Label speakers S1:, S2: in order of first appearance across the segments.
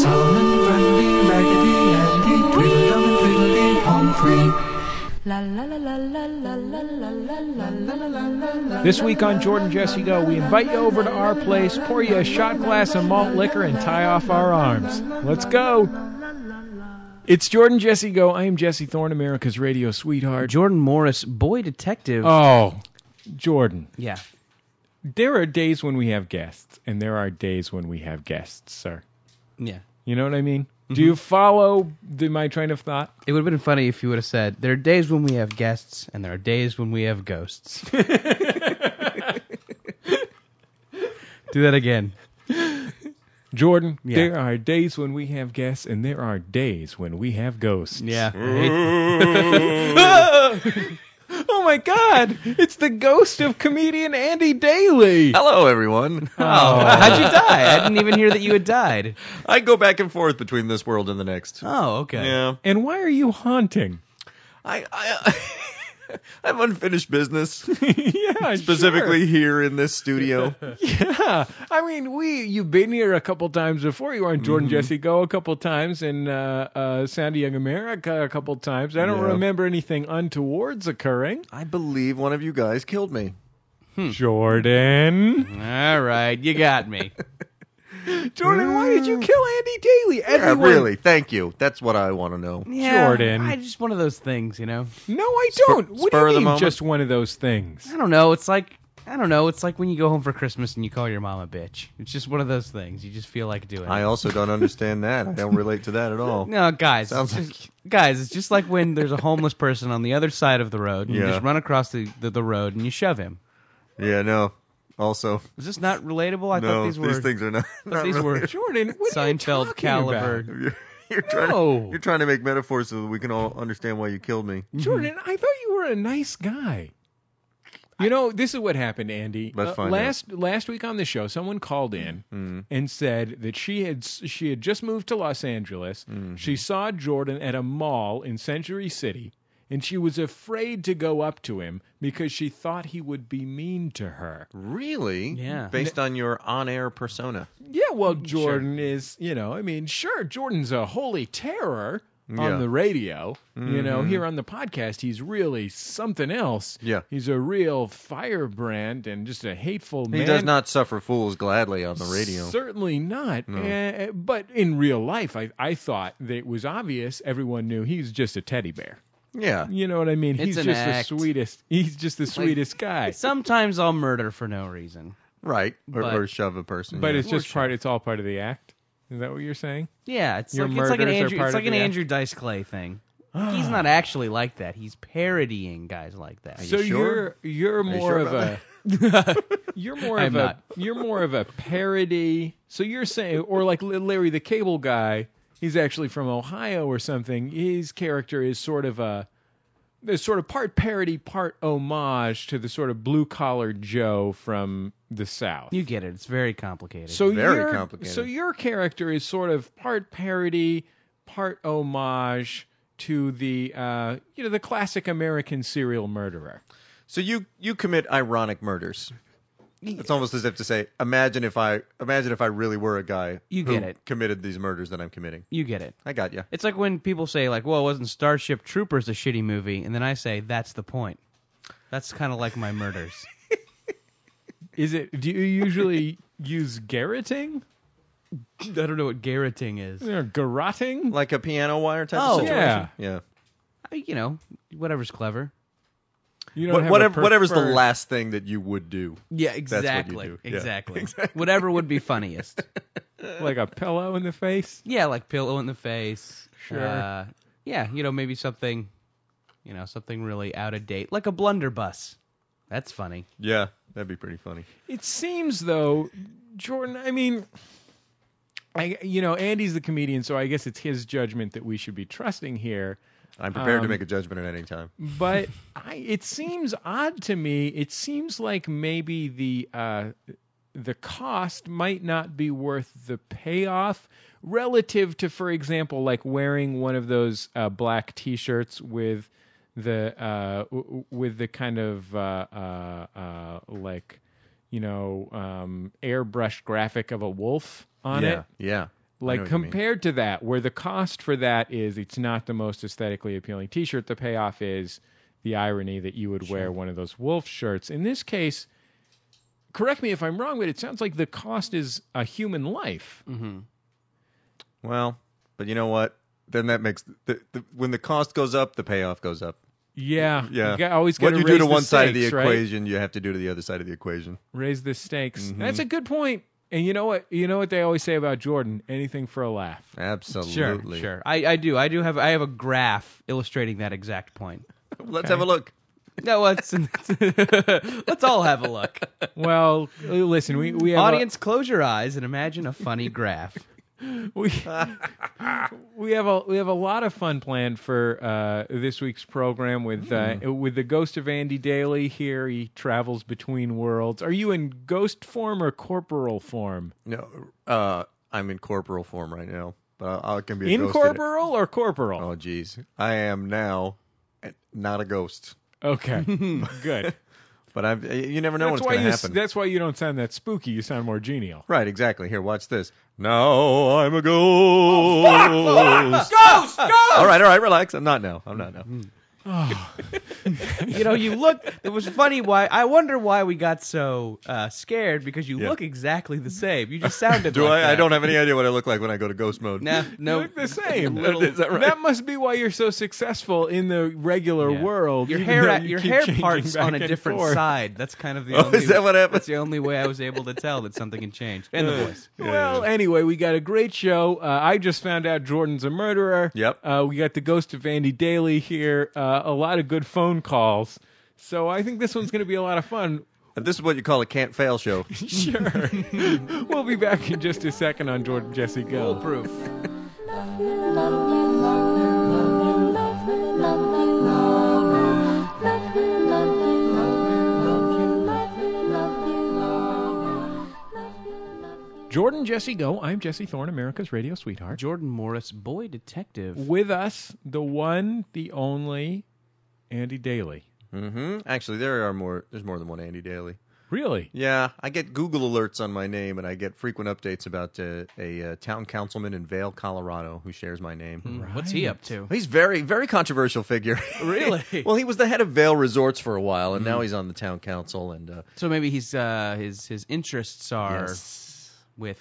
S1: Solomon, Grundy, Raggedy Andy, Tweedledum and Tweedledee, home free.
S2: La la la la la la la la la la la la la la.
S3: This week on Jordan Jesse Go, we invite you over to our place, pour you a shot glass of malt liquor, and tie off our arms. Let's go! It's Jordan Jesse Go. I am Jesse Thorne, America's radio sweetheart.
S4: Jordan Morris, boy detective.
S3: Oh, Jordan.
S4: yeah.
S3: There are days when we have guests, and there are days when we have guests, sir.
S4: Yeah. Mm-hmm.
S3: You know what I mean? Do you follow the, my train of thought?
S4: It would have been funny if you would have said, There are days when we have guests, and there are days when we have ghosts. Do that again.
S3: Jordan,
S4: Yeah.
S3: there are days when we have guests, and there are days when we have ghosts.
S4: Yeah. I hate-
S3: oh my God! It's the ghost of comedian Andy Daly.
S5: Hello, everyone.
S4: Oh. How'd you die? I didn't even hear that you had died.
S5: I go back and forth between this world and the next.
S4: Oh, okay.
S5: Yeah,
S3: And why are you haunting?
S5: I, I, I have unfinished business,
S3: yeah,
S5: specifically here in this studio.
S3: sure. Yeah, I mean, we you've been here a couple times before. You were on Jordan
S5: Mm-hmm.
S3: Jesse Go a couple times, and uh, uh, Sound of Young America a couple times. I don't
S5: Yeah.
S3: remember anything untowards occurring.
S5: I believe one of you guys killed me.
S3: Jordan.
S4: All right. You got me.
S3: Jordan, why did
S4: Hmm.
S3: you kill Andy Daly? Everyone,
S5: Yeah, really. Thank you. That's what I want to know.
S4: Yeah,
S3: Jordan.
S4: I just one of those things, you know?
S3: No, I don't. what do
S5: spur
S3: you
S5: of the
S3: mean
S5: moment?
S3: just one of those things?
S4: I don't know. It's like I don't know. It's like when you go home for Christmas and you call your mom a bitch. It's just one of those things. You just feel like doing.
S5: I
S4: it.
S5: also don't understand that. I don't relate to that at all.
S4: No, guys.
S5: Sounds
S4: it's just- guys, it's just like when there's a homeless person on the other side of the road, and you
S5: Yeah.
S4: just run across the, the, the road and you shove him.
S5: Yeah, no. Also,
S4: Is this not relatable? I
S5: no.
S4: thought these
S5: These,
S4: were
S5: things are not.
S4: I thought
S5: not
S4: these
S5: really-
S4: were
S3: Jordan, what are you
S4: Seinfeld
S3: talking
S4: caliber.
S3: about?
S5: You're, you're trying.
S4: No. Mm-hmm.
S5: You're trying to make metaphors so that we can all understand why you killed me.
S3: Jordan, I thought you were a nice guy. You know, this is what happened, Andy. Uh,
S5: Let's find out.
S3: last last week on the show, someone called in
S5: Mm-hmm.
S3: and said that she had s- she had just moved to Los Angeles.
S5: Mm-hmm.
S3: She saw Jordan at a mall in Century City, and she was afraid to go up to him because she thought he would be mean to her.
S5: Really?
S4: Yeah.
S5: Based on Mm, your on-air persona.
S3: Yeah, well, Jordan is, you know, I mean, sure, Jordan's a holy terror
S5: Yeah. Mm-hmm.
S3: on the radio. You know, here on the podcast, he's really something else.
S5: Yeah.
S3: He's a real firebrand and just a hateful
S5: He
S3: man.
S5: does not suffer fools gladly on the radio.
S3: Certainly not. Eh, but in real life, I, I thought that it was obvious. Everyone knew he's just a teddy bear.
S5: Yeah.
S3: You know what I mean?
S4: It's
S3: he's
S4: an
S3: just
S4: act.
S3: the sweetest. He's just the sweetest guy.
S4: Sometimes I'll murder for no reason.
S5: Right. Or,
S4: But-
S5: or shove a person.
S3: But
S5: yeah.
S3: it's just part. It's all part of the act. Is that what you're saying?
S4: Yeah, it's
S3: Your
S4: like it's like an
S3: murders are
S4: Andrew
S3: part
S4: it's
S3: of
S4: like an
S3: the act.
S4: Andrew Dice Clay thing. He's not actually like that. He's parodying guys like that.
S3: So
S5: you sure?
S3: are you're
S5: you
S3: more
S5: sure
S3: of a
S5: about
S3: you're more
S4: I'm
S3: of
S4: not.
S3: a you're more of a parody. So you're saying, or like L- Larry the Cable Guy, he's actually from Ohio or something. His character is sort of a there's sort of part parody, part homage to the sort of blue collar Joe from the South.
S4: You get it. It's very complicated.
S3: so
S5: Very
S3: your-
S5: complicated.
S3: So your character is sort of part parody, part homage to the uh, you know the classic American serial murderer.
S5: So you you commit ironic murders. It's almost as if to say, imagine if I imagine if I really were a guy
S4: You
S5: who
S4: get it.
S5: committed these murders that I'm committing.
S4: you get it.
S5: I got you.
S4: It's like when people say like, "Well, wasn't Starship Troopers a shitty movie?" And then I say, "That's the point." That's kind of like my murders.
S3: Is it? Do you usually use garroting
S4: I don't know what garroting is.
S3: or garroting?
S5: Like a piano wire type
S4: Oh,
S5: of situation.
S3: yeah.
S5: Yeah.
S4: I- you know, whatever's clever.
S3: You
S5: What,
S3: have a
S5: whatever whatever's the
S3: preferred-
S5: last thing that you would do.
S4: Yeah,
S5: what you
S4: exactly.
S5: do. Yeah.
S4: Exactly. Whatever would be funniest.
S3: like a pillow in the face.
S4: yeah, like pillow in the face.
S3: Sure.
S4: Uh, yeah, you know, maybe something, you know, something really out of date, like a blunderbuss. That's funny.
S5: Yeah. That'd be pretty funny.
S3: It seems though, Jordan. I mean, I you know Andy's the comedian, so I guess it's his judgment that we should be trusting here.
S5: I'm prepared to
S3: Um,
S5: make a judgment at any time.
S3: but I, it seems odd to me. It seems like maybe the uh, the cost might not be worth the payoff relative to, for example, like wearing one of those uh, black T-shirts with the uh, w- w- with the kind of uh, uh, uh, like you know um, airbrushed graphic of a wolf on
S5: yeah,
S3: it
S5: yeah. I know
S3: like
S5: what you mean.
S3: compared to that where the cost for that is it's not the most aesthetically appealing t-shirt the payoff is the irony that you would wear one of those wolf shirts in this case correct me if i'm wrong but it sounds like the cost is a human life
S4: Mm-hmm.
S5: Well, but you know what? Then that makes the, the, when the cost goes up, the payoff goes up.
S3: yeah
S5: Yeah.
S3: you got- always
S5: What
S3: gotta
S5: you do
S3: raise
S5: to
S3: the
S5: one side of the
S3: stakes, right?
S5: equation, you have to do to the other side of the equation.
S3: raise the stakes
S5: Mhm.
S3: that's a good point and you know what you know what they always say about jordan anything for a laugh
S5: Absolutely.
S4: Sure, sure. I, I do. I do have I have a graph illustrating that exact point.
S5: Let's have a look.
S4: No, let's let's all have a look.
S3: well listen we we have a-
S4: Audience, close your eyes and imagine a funny graph.
S3: we we have a we have a lot of fun planned for uh, this week's program with uh,
S4: Hmm.
S3: with the ghost of Andy Daly here. He travels between worlds. Are you in ghost form or corporal form?
S5: No, uh, I'm in corporal form right now, but I, I can be a
S3: In
S5: ghost today.
S3: corporal or corporal?
S5: Oh, geez, I am now not a ghost,
S3: Okay, good.
S5: but I'm. You never know
S3: that's
S5: what's
S3: why
S5: going
S3: you
S5: to
S3: s-
S5: happen.
S3: that's why you don't sound that spooky. You sound more genial.
S5: Right, exactly. Here, watch this. Now I'm a ghost. ghost,
S4: Ghost,
S5: All right, all right, relax. I'm not now. I'm not now.
S4: Mm.
S3: Oh,
S4: you know, you look. It was funny. Why? I wonder why we got so uh, scared because you
S5: Yeah.
S4: look exactly the same. You just sounded.
S5: Do
S4: like
S5: I? I
S4: that.
S5: don't have any idea what I look like when I go to ghost mode.
S4: Nah, no.
S3: you look the same.
S4: Little-
S5: Is that right?
S3: must be why you're so successful in the regular
S4: Yeah.
S3: world.
S4: Your
S3: even
S4: hair,
S3: though you
S4: your
S3: keep
S4: hair
S3: changing
S4: parts
S3: back
S4: on a
S3: and
S4: different
S3: forth.
S4: side. That's kind of the.
S5: Oh,
S4: only,
S5: is that what happened?
S4: That's the only way I was able to tell that something had changed, and the voice.
S5: Yeah,
S3: well,
S5: yeah.
S3: anyway, we got a great show. Uh, I just found out Jordan's a murderer.
S5: Yep.
S3: Uh, we got the ghost of Andy Daly here. Uh, a lot of good phone calls. So I think this one's going to be a lot of fun.
S5: And this is what you call a can't fail show.
S3: sure. we'll be back in just a second on Jordan Jesse Go.
S4: Foolproof.
S3: Jordan Jesse Go. I'm Jesse Thorne, America's radio sweetheart.
S4: Jordan Morris, boy detective.
S3: With us, the one, the only, Andy Daly.
S5: hmm Actually, there are more. There's more than one Andy Daly.
S3: Really?
S5: Yeah, I get Google alerts on my name, and I get frequent updates about uh, a uh, town councilman in Vail, Colorado, who shares my name.
S4: Mm, What's he
S3: Hmm. Right.
S4: up to?
S5: He's very, very controversial figure.
S4: Really?
S5: well, he was the head of Vail Resorts for a while,
S3: Hmm.
S5: and now he's on the town council. And uh,
S4: So maybe he's uh, his his interests are with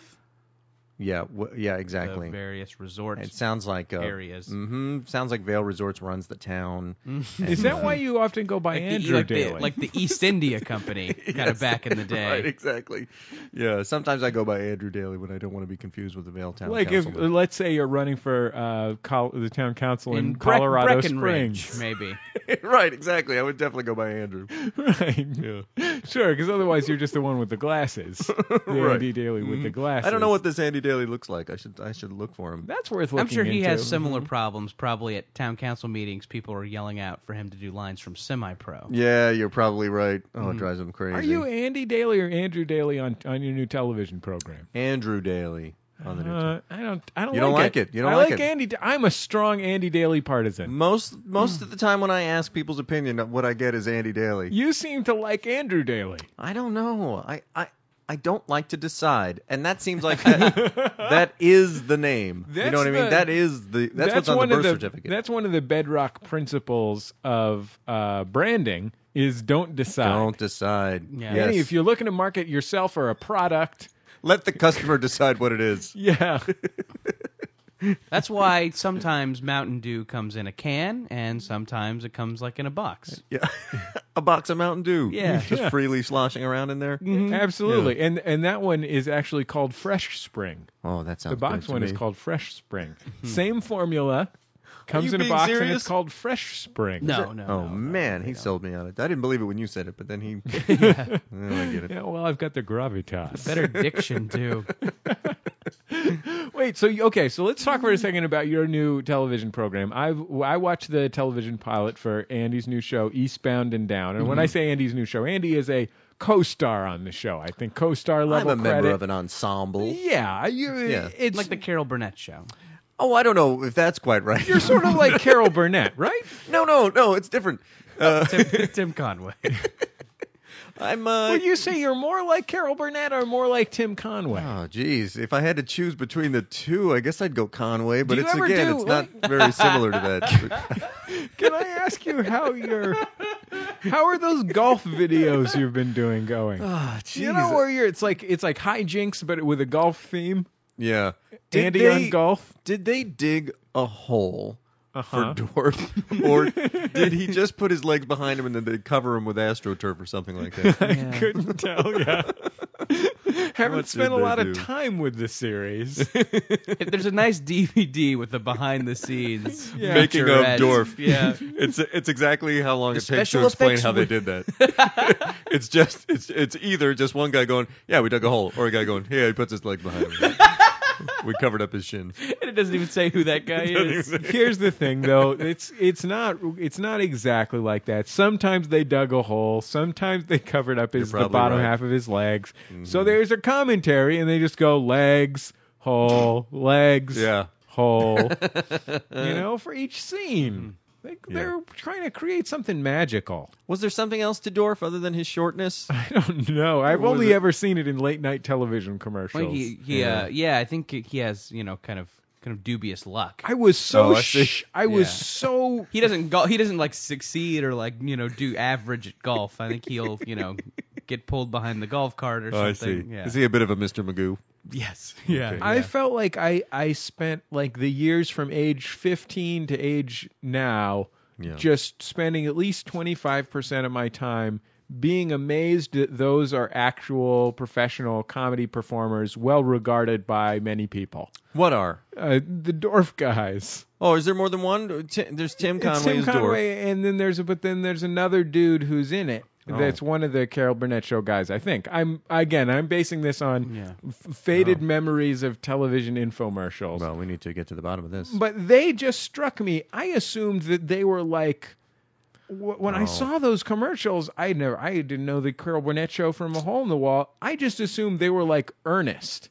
S5: yeah, w- yeah,
S4: the
S5: exactly.
S4: various resorts.
S5: It sounds like uh,
S4: Areas.
S5: hmm Sounds like Vail Resorts runs the town. uh,
S3: Is that why you often go by
S4: like, the,
S3: Andrew
S4: like, the,
S3: Daly?
S4: like the East India Company, kind of
S5: Yes.
S4: back in the day.
S5: right, exactly. Yeah, sometimes I go by Andrew Daly when I don't want to be confused with the Vail Town
S3: like if
S5: Councilman.
S3: let's say you're running for uh, col- the town council in,
S4: In Breck-
S3: Colorado
S4: Breckenridge,
S3: Springs,
S4: maybe.
S5: right, exactly. I would definitely go by Andrew.
S3: right? Sure, because otherwise you're just the one with the glasses, the
S5: Right.
S3: Andy Daly with the glasses.
S5: Mm-hmm. I don't know what this Andy Daly looks like. I should I should look for him.
S3: that's worth looking
S4: I'm sure he
S3: into.
S4: has similar
S5: Mm-hmm.
S4: problems. Probably at town council meetings, people are yelling out for him to do lines from semi-pro.
S5: Yeah, you're probably right. Oh,
S3: Mm.
S5: it drives him crazy.
S3: Are you Andy Daly or Andrew Daly on on your new television program?
S5: Andrew Daly on the new
S3: Uh, I don't. I don't.
S5: You don't
S3: like,
S5: like it. You don't
S3: I
S5: like
S3: like
S5: it.
S3: Andy. Da- I'm a strong Andy Daly partisan. Hmm.
S5: Most most of the time when I ask people's opinion, what I get is Andy Daly.
S3: You seem to like Andrew Daly.
S5: I don't know. I I, I don't like to decide, and that seems like that, that is the name. you
S3: That's
S5: know what I mean?
S3: the-
S5: that is the that's, what's on the
S3: one
S5: birth
S3: of the,
S5: certificate.
S3: That's one of the bedrock principles of uh, branding is don't decide.
S5: don't decide.
S4: Yeah.
S5: Yes.
S3: Any- If you're looking to market yourself or a product,
S5: Let the customer decide what it is.
S3: yeah,
S4: That's why sometimes Mountain Dew comes in a can, and sometimes it comes like in a box.
S5: Yeah. A box of Mountain Dew.
S4: Yeah.
S5: Just
S3: Yeah. Mm-hmm.
S5: freely sloshing around in there.
S3: absolutely. And and that one is actually called Fresh Spring.
S5: Oh, that sounds
S3: the box
S5: good to
S3: one is
S5: me.
S3: called Fresh Spring. Same formula,
S5: you
S3: comes in a
S5: being
S3: box and
S5: serious?
S3: it's called Fresh Spring.
S4: No, no.
S5: Oh
S4: no,
S5: man,
S4: no,
S5: he
S4: no.
S5: sold me on it. I didn't believe it when you said it, but then he. Now I get it.
S3: Yeah, well, I've got the gravitas.
S4: better diction too.
S3: Wait, so you- okay, so let's talk for a second about your new television program. I've I watched the television pilot for Andy's new show, Eastbound and Down. And when
S5: Mm-hmm.
S3: I say Andy's new show, Andy is a co-star on the show. I think co-star
S5: I'm
S3: level
S5: a member
S3: credit.
S5: of an ensemble.
S3: Yeah, you,
S5: Yeah.
S3: it's
S4: like the Carol Burnett show.
S5: Oh, I don't know if that's quite right.
S3: you're sort of like Carol Burnett, right?
S5: no, no, no. It's different. Uh,
S4: Tim, Tim Conway.
S5: I'm. Uh,
S3: Would you say you're more like Carol Burnett or more like Tim Conway?
S5: Oh, geez. If I had to choose between the two, I guess I'd go Conway. But
S3: Do you
S5: it's
S3: ever
S5: again,
S3: do,
S5: it's not very similar to that.
S3: Can I ask you how your how are those golf videos you've been doing going?
S5: oh, geez.
S3: You know where you're it's like it's like hijinks but with a golf theme.
S5: yeah.
S3: Andy
S5: they,
S3: on golf.
S5: Did they dig a hole
S3: Uh-huh.
S5: for Dwarf, or did he just put his legs behind him and then they cover him with astroturf or something like that?
S4: Yeah.
S3: Couldn't tell, yeah. Haven't
S5: What
S3: spent
S5: did
S3: a
S5: they
S3: lot
S5: do?
S3: of time with the series.
S4: If there's a nice DVD with the behind the scenes
S3: Yeah.
S5: Making of
S4: featurette.
S5: Dorf.
S4: Yeah.
S5: It's it's exactly how long
S4: The
S5: it takes
S4: special
S5: to explain
S4: effects
S5: how they
S4: were-
S5: did that. it's just it's it's either just one guy going, yeah, we dug a hole, or a guy going, yeah, he puts his leg behind him. we covered up his shin.
S4: And it doesn't even say who that guy is.
S3: Here's the thing though, it's it's not it's not exactly like that. Sometimes they dug a hole, sometimes they covered up his
S5: You're
S3: the
S5: probably
S3: bottom
S5: right. Mm-hmm.
S3: half of his legs. So there's a commentary and they just go legs, hole, legs,
S5: Yeah.
S3: hole. you know, for each scene. They,
S5: Mm-hmm. Yeah.
S3: They're trying to create something magical.
S5: Was there something else to Dorf other than his shortness?
S3: I don't know. I've
S5: was
S3: only
S5: it?
S3: ever seen it in late night television commercials.
S4: Well, he, he, yeah. Uh, yeah, I think he has, you know, kind of kind of dubious luck.
S3: I was so
S5: Oh, I see.
S3: sh- I was
S4: Yeah.
S3: so
S4: He doesn't go, he doesn't like succeed or like, you know, do average at golf. I think he'll, you know, get pulled behind the golf cart or
S5: Oh, I
S4: something.
S5: see.
S4: Yeah.
S5: Is he a bit of a Mr. Magoo?
S4: Yes. Yeah.
S5: Okay.
S3: I felt like I I spent like the years from age 15 to age now
S5: Yeah.
S3: just spending at least 25% of my time being amazed that those are actual professional comedy performers well regarded by many people.
S5: What are?
S3: Uh, the Dorf guys.
S5: Oh, is there more than one? Ti- There's Tim Conway
S3: it's Tim
S5: as Dorf.
S3: Conway, and then there's a, but then there's another dude who's in it.
S5: Oh.
S3: That's one of the Carol Burnett show guys, I think. I'm again, I'm basing this on
S4: Yeah.
S3: f- faded memories of television
S5: Oh.
S3: infomercials.
S5: Well, we need to get to the bottom of this.
S3: But they just struck me. I assumed that they were like. wh- When I
S5: No.
S3: saw those commercials, I never, I didn't know the Carol Burnett show from a hole in the wall. I just assumed they were like earnest,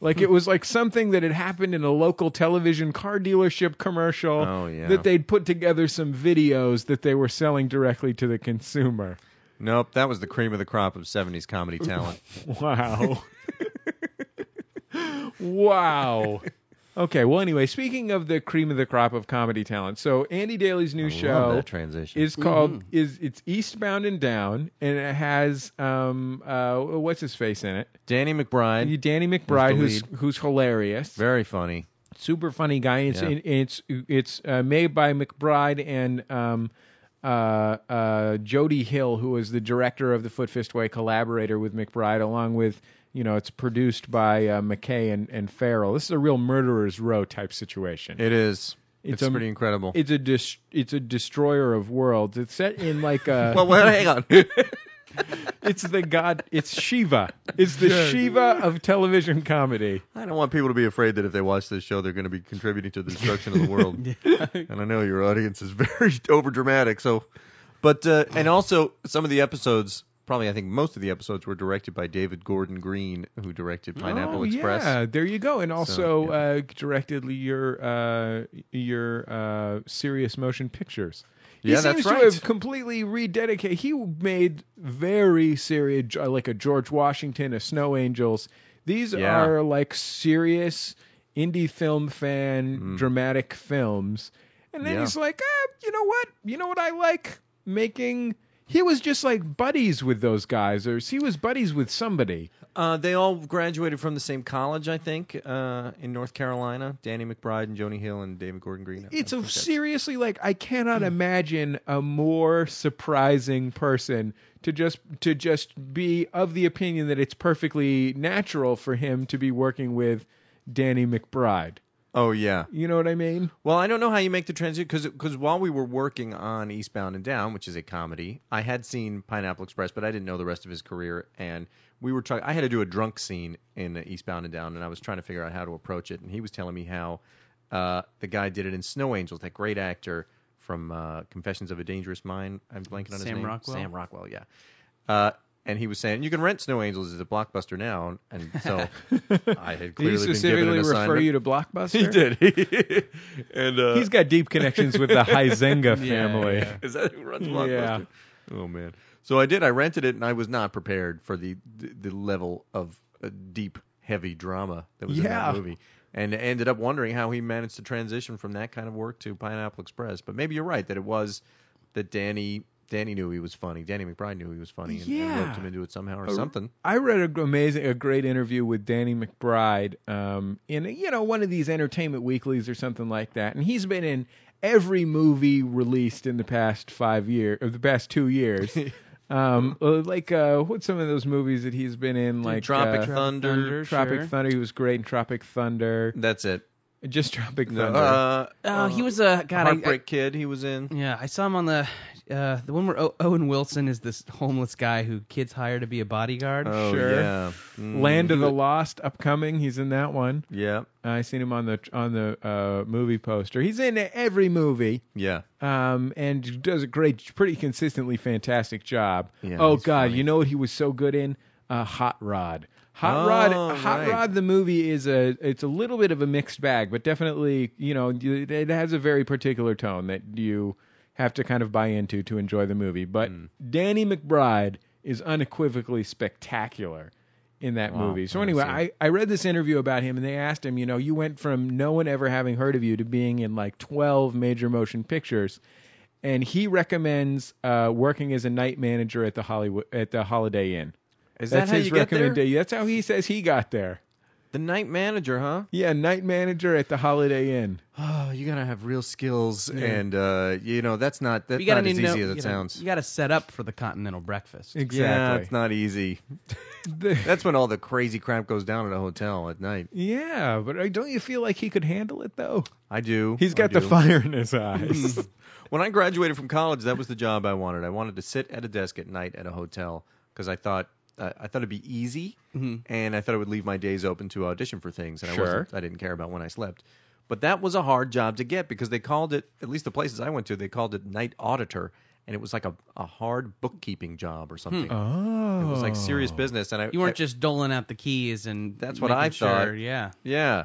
S3: like it was like something that had happened in a local television car dealership commercial
S5: Oh, yeah.
S3: that they'd put together some videos that they were selling directly to the consumer.
S5: nope, that was the cream of the crop of 70s comedy talent.
S3: Wow. wow. Okay. Well, anyway, speaking of the cream of the crop of comedy talent, so Andy Daly's
S5: I
S3: new
S5: love
S3: show
S5: that transition.
S3: is called
S5: Mm-hmm.
S3: is it's Eastbound and Down, and it has um uh what's his face in it?
S5: Danny McBride,
S3: Danny McBride,
S5: the
S3: who's who's hilarious,
S5: very funny.
S3: super funny guy. It's
S5: Yeah.
S3: it's it's uh, made by McBride and um uh uh Jody Hill, who is the director of the Foot Fist Way, collaborator with McBride, along with you know it's produced by uh, McKay and and Farrell. This is a real murderers row type situation.
S5: It is. It's,
S3: It's a-
S5: pretty incredible.
S3: it's a dis- it's a destroyer of worlds. It's set in like a
S5: well, well, hang on.
S3: it's the god it's Shiva. It's the Shiva of television comedy.
S5: I don't want people to be afraid that if they watch this show, they're going to be contributing to the destruction of the world. And I know your audience is very overdramatic. So, but uh, and also some of the episodes, probably I think most of the episodes were directed by David Gordon Green, who directed Pineapple
S3: oh,
S5: Express.
S3: Yeah, there you go. And also
S5: yeah.
S3: uh, directed your uh, your uh, serious motion pictures. He
S5: Yeah,
S3: seems
S5: that's
S3: to
S5: right.
S3: have completely rededicated. He made very serious, uh, like a George Washington, a Snow Angels. These
S5: Yeah.
S3: are like serious indie film fan dramatic films. And then
S5: Mm-hmm. Yeah.
S3: he's like, ah, you know what? You know what I like making. He was just like buddies with those guys, or he was buddies with somebody.
S5: Uh, they all graduated from the same college, I think, uh, in North Carolina. Danny McBride and Joni Hill and David Gordon Green. I
S3: it's
S5: think
S3: a
S5: that's- Hmm.
S3: seriously like I cannot imagine a more surprising person to just to just be of the opinion that it's perfectly natural for him to be working with Danny McBride.
S5: Oh yeah.
S3: You know what I mean?
S5: Well, I don't know how you make the transition because while we were working on Eastbound and Down, which is a comedy, I had seen Pineapple Express, but I didn't know the rest of his career. And we were trying. I had to do a drunk scene in Eastbound and Down, and I was trying to figure out how to approach it. And he was telling me how uh, the guy did it in Snow Angels, that great actor from uh, Confessions of a Dangerous Mind. I'm blanking on his
S4: Sam
S5: name.
S4: Rockwell?
S5: Sam Rockwell. Yeah. Uh, and he was saying you can rent Snow Angels as a blockbuster now, and so I had clearly been
S3: Did he
S5: given
S3: specifically
S5: an assignment.
S3: refer you to Blockbuster?
S5: He did. and uh,
S3: He's got deep connections with the Heizenga
S4: Yeah,
S3: family.
S4: yeah.
S5: is that who runs
S3: Yeah.
S5: Blockbuster? Oh man. So I did. I rented it, and I was not prepared for the the, the level of uh, deep, heavy drama that was in
S3: Yeah.
S5: that movie. And ended up wondering how he managed to transition from that kind of work to Pineapple Express. But maybe you're right that it was that Danny Danny knew he was funny. Danny McBride knew he was funny and, and
S3: Yeah. Oh,
S5: roped him into it somehow or
S3: A-
S5: something.
S3: I read a g- amazing, a great interview with Danny McBride um, in you know one of these Entertainment Weeklies or something like that, and he's been in every movie released in the past five year or the past two years. um, uh, like uh, what's some of those movies that he's been in? Like
S5: Tropic
S3: uh,
S5: Thunder.
S4: Thunder,
S3: Tropic
S4: sure.
S3: Thunder. He was great in Tropic Thunder.
S5: That's it.
S3: Just Tropic
S5: No,
S3: Thunder.
S5: uh,
S4: Oh,
S5: uh,
S4: he was a God. I, I,
S5: Heartbreak Kid. He was in.
S4: yeah, I saw him on the uh, the one where o- Owen Wilson is this homeless guy who kids hire to be a bodyguard.
S5: Oh
S3: Sure.
S5: yeah. Mm.
S3: Land of the Lost, upcoming. He's in that one.
S5: Yeah.
S3: Uh, I seen him on the on the uh, movie poster. He's in every movie.
S5: Yeah.
S3: um, and does a great, pretty consistently fantastic job.
S5: Yeah,
S3: oh
S5: he's
S3: God,
S5: funny.
S3: you know what he was so good in? Uh, Hot Rod. Hot
S5: Oh,
S3: Rod. Hot
S5: right.
S3: Rod. The movie is a. It's a little bit of a mixed bag, but definitely, you know, you- it has a very particular tone that you have to kind of buy into to enjoy the movie. But
S5: Hmm.
S3: Danny McBride is unequivocally spectacular in that
S5: Wow,
S3: movie. So
S5: I haven't
S3: anyway,
S5: seen
S3: I, I read this interview about him and they asked him, you know, you went from no one ever having heard of you to being in like 12 major motion pictures. And he recommends uh, working as a night manager at the Hollywood at the Holiday Inn.
S5: Is
S3: That's
S5: that how
S3: his
S5: you get there?
S3: recommendation. That's how he says he got there.
S5: The night manager, huh?
S3: Yeah, night manager at the Holiday Inn.
S5: Oh, you gotta have real skills, and uh, you know that's not that's
S4: you gotta
S5: not as
S4: need to know-
S5: easy as
S4: you
S5: it
S4: know,
S5: sounds.
S4: You got to set up for the continental breakfast.
S5: Yeah,
S3: Exactly.
S5: it's not easy.
S3: The-
S5: That's when all the crazy crap goes down at a hotel at night.
S3: yeah, but uh, don't you feel like he could handle it though?
S5: I do.
S3: He's
S5: I
S3: got the
S5: do.
S3: fire in his eyes.
S5: When I graduated from college, that was the job I wanted. I wanted to sit at a desk at night at a hotel because I thought uh, I thought it'd be easy,
S4: Mm-hmm.
S5: and I thought it would leave my days open to audition for things, and
S3: Sure.
S5: I wasn't, I didn't care about when I slept. But that was a hard job to get because they called it at least the places I went to they called it night auditor, and it was like a, a hard bookkeeping job
S3: Hmm.
S5: or something.
S3: oh,
S5: It was like serious business, and I
S4: You weren't
S5: I-
S4: just doling out the keys and
S5: That's what
S4: making
S5: I thought.
S4: sure- Yeah.
S5: yeah.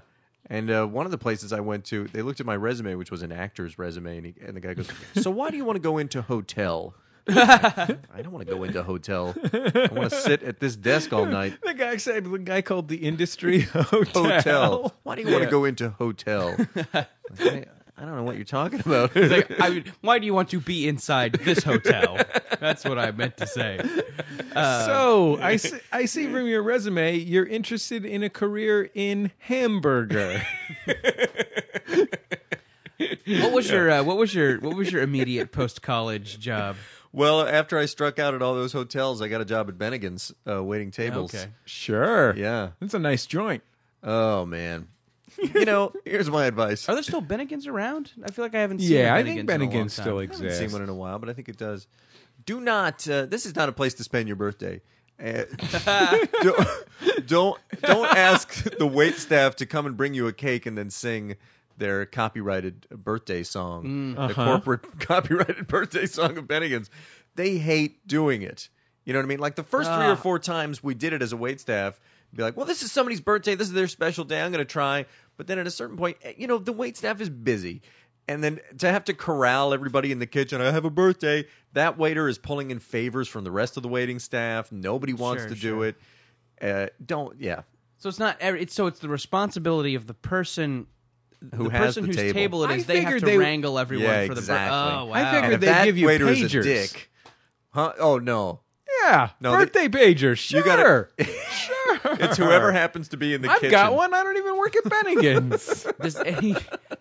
S5: And uh, one of the places I went to, they looked at my resume, which was an actor's resume, and, he, and the guy goes, "So why do you want to go into hotel?" I don't want to go into hotel. I want to sit at this desk all night.
S3: The guy said the guy called the industry hotel.
S5: Hotel. Why do you want
S3: Yeah.
S5: to go into hotel? Like, I, I don't know what you're talking about.
S4: It's like, I mean, why do you want to be inside this hotel? That's what I meant to say. Uh,
S3: so I see, I see from your resume you're interested in a career in hamburger.
S4: what was your uh, what was your what was your immediate post college job?
S5: well, after I struck out at all those hotels, I got a job at Bennigan's uh, waiting tables.
S4: Okay.
S3: sure.
S5: Yeah.
S3: That's a nice joint.
S5: Oh man. You know, here's my advice.
S4: Are there still Bennigans around? I feel like I haven't seen.
S3: yeah,
S4: a
S3: I
S4: Bennigan's
S3: think
S4: in a long
S3: Bennigan's
S4: time.
S3: still
S5: I haven't
S3: exists.
S5: seen one in a while, but I think it does. Do not. Uh, this is not a place to spend your birthday. Uh, don't, don't don't ask the wait staff to come and bring you a cake and then sing their copyrighted birthday song,
S4: Mm-hmm.
S5: the
S3: Uh-huh.
S5: corporate copyrighted birthday song of Bennigan's. They hate doing it. You know what I mean? Like the first three
S4: Ah.
S5: or four times we did it as a wait staff, be like, well, this is somebody's birthday. This is their special day. I'm going to try. But then at a certain point, eh, you know, the wait staff is busy. And then to have to corral everybody in the kitchen, I have a birthday. That waiter is pulling in favors from the rest of the waiting staff. Nobody wants
S4: Sure,
S5: to
S4: sure.
S5: do it. Uh, don't, yeah.
S4: So it's not. every- It's so it's the responsibility of the person
S5: Who
S4: the
S5: has
S4: person
S5: the
S4: whose
S5: table.
S4: it
S3: I
S4: is. They have
S3: figured
S4: to
S3: they-
S4: wrangle everyone
S5: Yeah,
S4: for the. bur-
S5: exactly.
S4: Oh wow.
S3: I figured
S5: And if
S3: they
S5: that
S3: give you
S5: waiter is a
S3: pagers.
S5: dick, huh? Oh no,
S3: Yeah.
S5: No, they-
S3: birthday pager. Sure.
S5: you gotta-
S3: sure.
S5: it's whoever happens to be in the
S3: I've
S5: kitchen.
S3: got one. I don't even work at Bennigan's.
S4: does any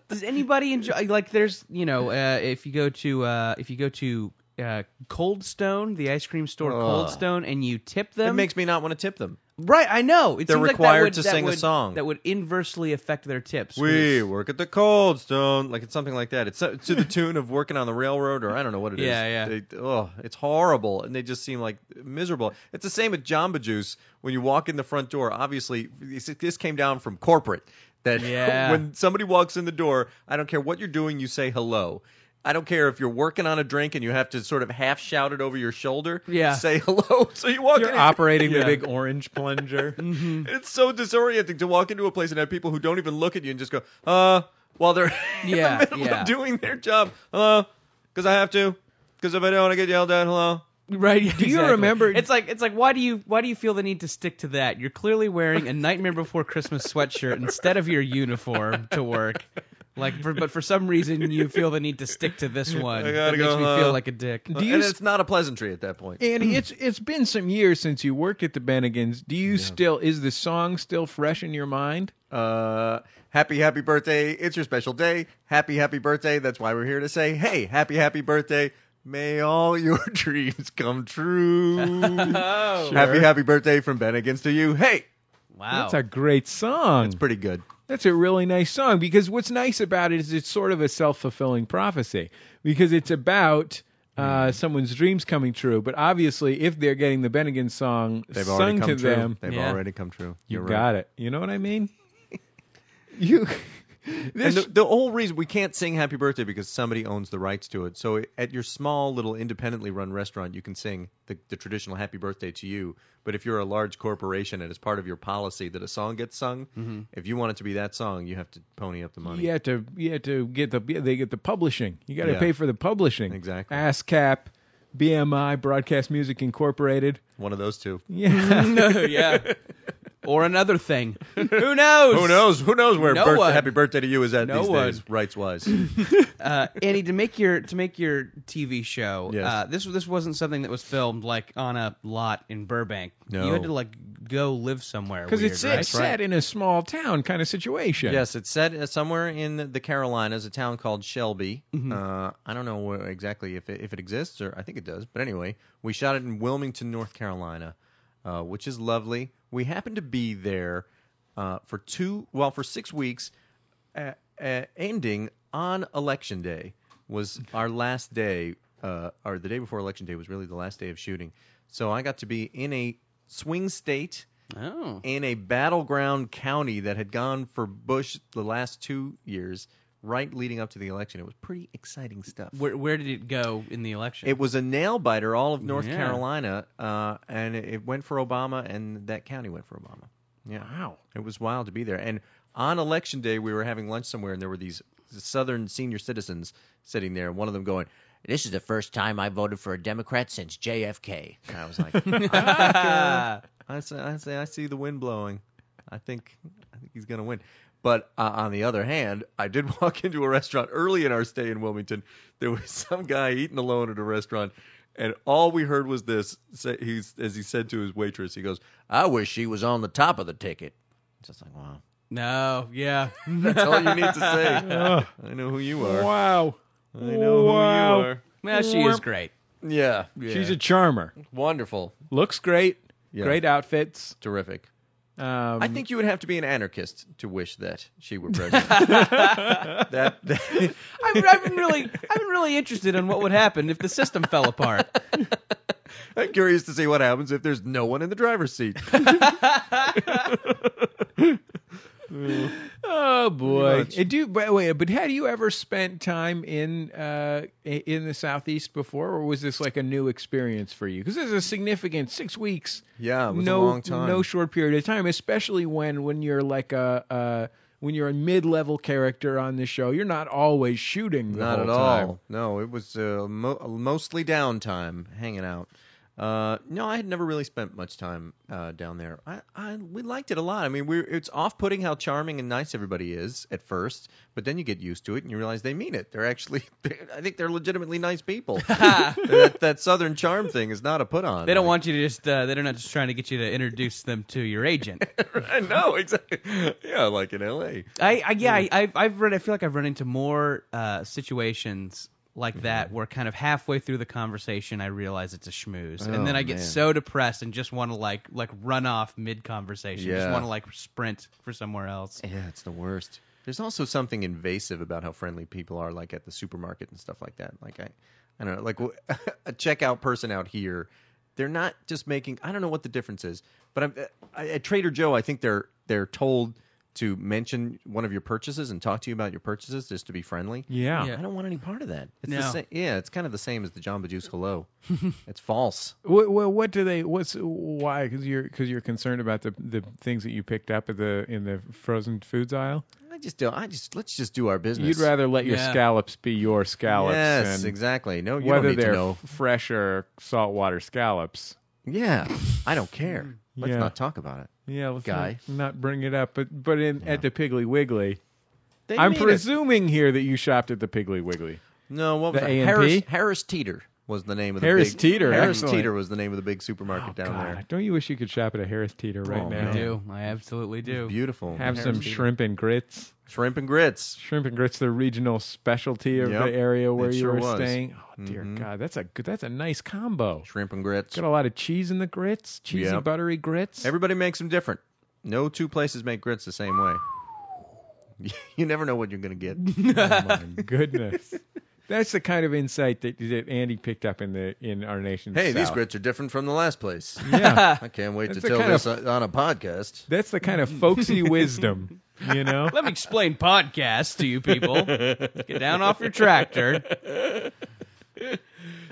S4: does anybody enjoy like there's you know uh, if you go to uh, if you go to uh, Cold Stone the ice cream store Cold
S5: Ugh.
S4: Stone and you tip
S5: It
S4: them
S5: makes me not want to tip them.
S4: Right, I know. It
S5: They're
S4: seems like that
S5: required
S4: would-
S5: to
S4: that
S5: sing a
S4: would-
S5: song.
S4: that would inversely affect their tips.
S5: We work at the Cold Stone, like it's something like that. It's so- to the tune of working on the railroad, or I don't know what it is.
S4: Yeah, yeah.
S5: They, oh, it's horrible, and they just seem like miserable. It's the same with Jamba Juice. When you walk in the front door, obviously this, this came down from corporate. That
S4: Yeah.
S5: when somebody walks in the door, I don't care what you're doing, you say hello. I don't care if you're working on a drink and you have to sort of half shout it over your shoulder.
S4: Yeah.
S5: Say hello. So you walk
S3: You're
S5: in.
S3: operating
S4: Yeah.
S3: the big orange plunger.
S4: Mm-hmm. mm.
S5: It's so disorienting to walk into a place and have people who don't even look at you and just go, uh, while they're
S4: Yeah,
S5: in the middle
S4: yeah.
S5: of doing their job. Hello, because I have to. Because if I don't, I get yelled at. Hello.
S4: Right. Do
S3: you remember-
S4: It's like it's like why do you why do you feel the need to stick to that? You're clearly wearing a Nightmare Before Christmas sweatshirt instead of your uniform to work. Like, for, but for some reason you feel the need to stick to this one.
S5: I
S4: That
S5: gotta
S4: makes
S5: go,
S4: me
S5: uh,
S4: feel like a dick.
S3: Do you
S5: and
S3: s-
S5: it's not a pleasantry at that point.
S3: Andy, it's it's been some years since you worked at the Bennigans. Do you still is the song still fresh in your mind?
S5: Uh, happy, happy birthday. It's your special day. Happy, happy birthday. That's why we're here to say, hey, happy, happy birthday. May all your dreams come true.
S4: Oh,
S5: Happy, happy birthday from Ben Against to you. Hey,
S4: wow.
S3: That's a great song.
S5: it's pretty good.
S3: That's a really nice song because what's nice about it is it's sort of a self fulfilling prophecy because it's about
S5: Hmm.
S3: uh, someone's dreams coming true. But obviously, if they're getting the Bennigan song
S5: They've already
S3: sung
S5: come
S3: to
S5: true.
S3: them,
S5: They've
S4: Yeah.
S5: already come true.
S3: you
S5: You're right.
S3: got it. You know what I mean? you.
S5: And
S3: This,
S5: the, the whole reason we can't sing Happy Birthday because somebody owns the rights to it. So at your small little independently run restaurant, you can sing the, the traditional Happy Birthday to you. But if you're a large corporation and it's part of your policy that a song gets sung,
S4: Mm-hmm.
S5: if you want it to be that song, you have to pony up the money.
S3: you have to you have to get the they get the publishing. You got to
S5: Yeah.
S3: pay for the publishing.
S5: Exactly.
S3: ASCAP, BMI, Broadcast Music Incorporated.
S5: One of those two.
S3: Yeah.
S4: no, yeah. Or another thing. Who knows?
S5: Who knows? Who knows where
S4: No
S5: birth-
S4: one.
S5: Happy Birthday to you is at
S4: No
S5: these
S4: one.
S5: days, rights wise.
S4: uh, Andy, to make your to make your TV show,
S5: Yes.
S4: uh, this this wasn't something that was filmed like on a lot in Burbank.
S5: No.
S4: you had to like go live somewhere
S3: Because
S4: weird,
S3: it's
S4: right?
S3: it's set in a small town kind of situation.
S5: Yes, it's set uh, somewhere in the Carolinas, a town called Shelby. Uh, I don't know where exactly if it, if it exists, or I think it does. But anyway, we shot it in Wilmington, North Carolina, uh, which is lovely. We happened to be there uh, for two, well, for six weeks, uh, uh, ending on election day was our last day, uh, or the day before election day was really the last day of shooting. So I got to be in a swing state
S4: Oh,
S5: in a battleground county that had gone for Bush the last two years, right leading up to the election. It was pretty exciting stuff.
S4: where where did it go in the election?
S5: It was a nail biter all of North
S4: Yeah.
S5: Carolina, uh, and it- it went for Obama, and that county went for Obama. Yeah.
S3: Wow.
S5: It was wild to be there. And on election day, we were having lunch somewhere, and there were these Southern senior citizens sitting there, and one of them going, "This is the first time I voted for a Democrat since JFK." And I was like, "Ah, "I say, I say, I see the wind blowing. I think, I think he's gonna win." But uh, on the other hand, I did walk into a restaurant early in our stay in Wilmington. There was some guy eating alone at a restaurant, and all we heard was this. Say, he's, as he said to his waitress, he goes, "I wish she was on the top of the ticket." Just like, wow.
S4: no, yeah.
S5: That's all you need to say. I know who you are.
S3: Wow.
S5: I know
S3: Wow.
S5: who you are.
S4: well, she is great.
S5: Yeah.
S3: She's a charmer.
S5: wonderful.
S3: Looks great.
S5: Yeah.
S3: Great outfits.
S5: Terrific.
S3: Um,
S5: I think you would have to be an anarchist to wish that she were president. that, that-
S4: I've, I've been really I've been really interested in what would happen if the system fell apart.
S5: I'm curious to see what happens if there's no one in the driver's seat.
S3: Oh boy.
S5: Mm-hmm. much.
S3: It do. By wait, but had you ever spent time in uh i- in the southeast before, or was this like a new experience for you? Because this is a significant six weeks.
S5: Yeah, it was a
S3: no,
S5: long time.
S3: No short period of time, especially when when you're like a. Uh, when you're a mid-level character on the show, you're not always shooting the
S5: Not
S3: whole
S5: at all.
S3: time.
S5: No, it was uh, mo- mostly downtime, hanging out. Uh, no, I had never really spent much time uh, down there. I, I we liked it a lot. I mean, we it's off-putting how charming and nice everybody is at first, but then you get used to it and you realize they mean it. They're actually, I think they're legitimately nice people. that, that southern charm thing is not a put on.
S4: They don't want you to just uh, they're not just trying to get you to introduce them to your agent.
S5: I know exactly. Yeah, like in L.A.
S4: I, I yeah, I, I've, I've run. I feel like I've run into more uh, situations
S5: Mm-hmm.
S4: like that where kind of halfway through the conversation I realize it's a schmooze,
S5: Oh,
S4: and then I get
S5: man.
S4: so depressed and just want to like like run off mid conversation, just
S5: Yeah.
S4: want to like sprint for somewhere else.
S5: Yeah, it's the worst. There's also something invasive about how friendly people are, like at the supermarket and stuff like that. Like I, I don't know, like w- a checkout person out here, they're not just making. I don't know what the difference is, but I'm, I, at Trader Joe, I think they're they're told to mention one of your purchases and talk to you about your purchases just to be friendly.
S3: Yeah.
S4: Yeah.
S5: I don't want any part of that. It's the
S4: No.
S5: sa- yeah, it's kind of the same as the Jamba Juice hello. it's false.
S3: What, what, what do they? What's why? Because you're because you're concerned about the the things that you picked up at the in the frozen foods aisle.
S5: I just don't. I just let's just do our business.
S3: You'd rather let your
S4: Yeah.
S3: scallops be your scallops,
S5: Yes,
S3: and
S5: exactly. No, you
S3: whether
S5: don't need to
S3: they're
S5: know.
S3: fresh or saltwater scallops.
S5: Yeah, I don't care. Let's
S3: Yeah.
S5: not talk about it.
S3: Yeah, let's
S5: Guy.
S3: Not, not bring it up, but but in at the Piggly Wiggly,
S5: They
S3: I'm
S5: made it.
S3: presuming here that you shopped at the Piggly Wiggly.
S5: No, what was
S3: The
S5: that?
S3: A&P?
S5: Harris, Harris Teeter was the name of the
S3: Harris
S5: big,
S3: Teeter,
S5: Harris
S3: excellent.
S5: Teeter was the name of the big supermarket down
S3: God,
S5: there.
S3: don't you wish you could shop at a Harris Teeter right
S5: Oh,
S3: now?
S5: man.
S4: I do, I absolutely do.
S5: Beautiful.
S3: Have
S5: Harris
S3: some
S5: Teeter.
S3: shrimp and grits.
S5: shrimp and grits.
S3: Shrimp and grits, the regional specialty of
S5: Yep,
S3: the area where
S5: it
S3: you
S5: sure
S3: were
S5: was.
S3: staying. Oh dear
S5: Mhm.
S3: God, that's a good, that's a nice combo.
S5: Shrimp and grits.
S3: Got a lot of cheese in the grits, cheesy
S5: Yep.
S3: buttery grits.
S5: Everybody makes them different. No two places make grits the same way. You never know what you're gonna get.
S3: oh my goodness, that's the kind of insight that, that Andy picked up in the in our nation's
S5: hey, these
S3: South.
S5: grits are different from the last place.
S3: Yeah,
S5: I can't wait
S3: That's
S5: to
S3: the
S5: tell
S3: kind of-
S5: this on- on a podcast.
S3: that's the kind of folksy wisdom, you know.
S4: Let me explain podcasts to you people. Get down off your tractor.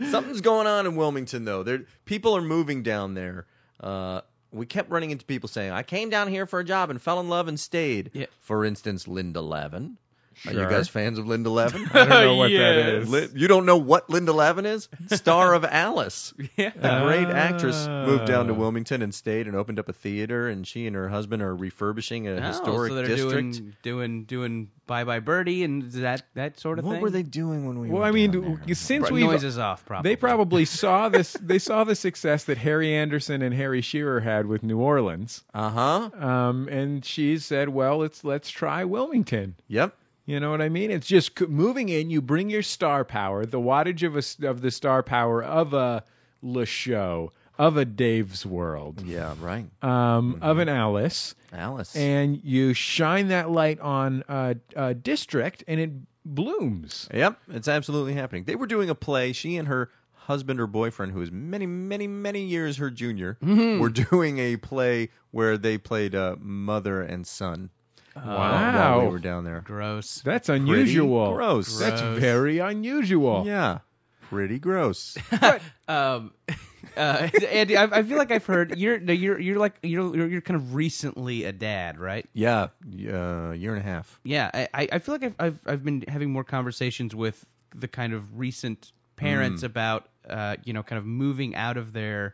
S5: Something's going on in Wilmington though. There, people are moving down there. Uh, we kept running into people saying, "I came down here for a job and fell in love and stayed."
S4: Yeah.
S5: For instance, Linda Levin. Are
S3: Sure.
S5: you guys fans of Linda Levin?
S3: I don't know what that
S4: Yes.
S3: is.
S5: Li- you don't know what Linda Levin is? Star of Alice.
S4: Yeah.
S5: A great actress
S3: Ah.
S5: moved down to Wilmington and stayed and opened up a theater, and she and her husband are refurbishing a
S4: Oh,
S5: historic
S4: so they're
S5: district.
S4: doing doing doing Bye Bye Birdie and that that sort of
S5: what
S4: thing.
S5: were they doing when we
S3: Well,
S5: were
S3: I mean,
S5: down
S3: d-
S5: there?
S3: since
S4: Right.
S3: we've
S4: Noise is off, probably.
S3: They probably saw this. They saw the success that Harry Anderson and Harry Shearer had with New Orleans,
S5: Uh-huh.
S3: um, and she said, "Well, let's let's try Wilmington."
S5: Yep.
S3: You know what I mean? It's just c- moving in. You bring your star power, the wattage of a s of the star power of a Le Show, of a Dave's World,
S5: Yeah, right.
S3: um, of an Alice,
S5: Mm-hmm. Alice.
S3: and you shine that light on a, a district, and it blooms.
S5: Yep, it's absolutely happening. They were doing a play. She and her husband or boyfriend, who is many, many, many years her junior,
S4: Mm-hmm.
S5: were doing a play where they played uh, mother and son. While, while we were down there.
S4: Oh. gross.
S3: That's
S5: Pretty
S3: unusual.
S5: gross.
S3: That's
S4: Gross.
S3: very unusual.
S5: Yeah, pretty gross.
S4: Um, uh, Andy, I, I feel like I've heard you're no, you're you're like you're you're you're kind of recently a dad, right?
S5: yeah, uh, year and a half.
S4: Yeah, I- I, I feel like I've, I've I've been having more conversations with the kind of recent
S5: Hmm.
S4: parents about uh, you know kind of moving out of their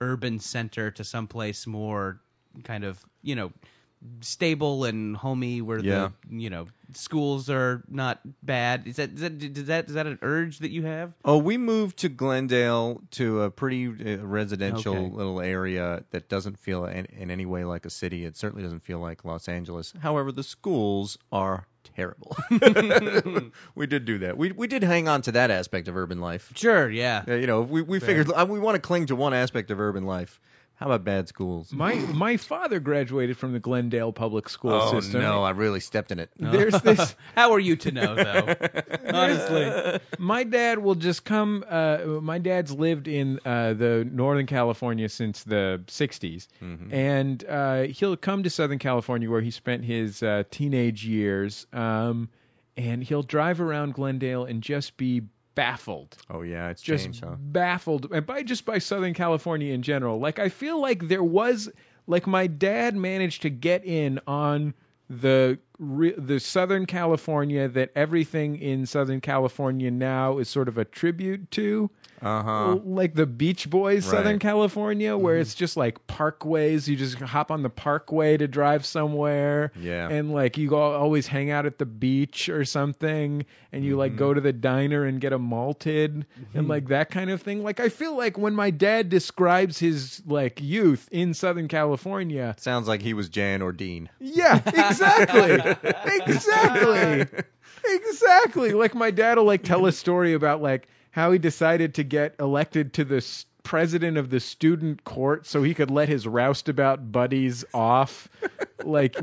S4: urban center to someplace more kind of you know stable and homey where
S5: Yeah.
S4: the you know schools are not bad. Is that is that is that is that an urge that you have?
S5: Oh, we moved to Glendale to a pretty uh, residential
S4: Okay.
S5: little area that doesn't feel in, in any way like a city. It certainly doesn't feel like Los Angeles. However, the schools are terrible. we did do that. We we did hang on to that aspect of urban life.
S4: Sure, yeah.
S5: Uh, You know, we we figured uh, we want to cling to one aspect of urban life. How about bad schools?
S3: My my father graduated from the Glendale public school
S5: oh
S3: system.
S5: no, I really stepped in it.
S3: There's this
S4: How are you to
S5: Oh,
S4: know though? Honestly.
S3: my dad will just come uh my dad's lived in uh the northern california since the 60s
S5: Mm-hmm.
S3: and uh he'll come to southern california where he spent his uh teenage years um and he'll drive around glendale and just be baffled
S5: Oh yeah, it's
S3: just
S5: changed. Huh?
S3: baffled and by just by Southern California in general. Like I feel like there was like my dad managed to get in on the re- the Southern California that everything in Southern California now is sort of a tribute to
S5: Uh huh.
S3: like the Beach Boys
S5: Right.
S3: Southern California where it's just like parkways you just hop on the parkway to drive somewhere
S5: Yeah.
S3: and like you go, always hang out at the beach or something and you like
S4: Mm-hmm.
S3: go to the diner and get a malted and like that kind of thing like I feel like when my dad describes his like youth in Southern California
S5: Sounds like he was Jan or Dean.
S3: yeah exactly exactly. exactly. Like my dad will like tell a story about like how he decided to get elected to the s- president of the student court so he could let his roustabout buddies off like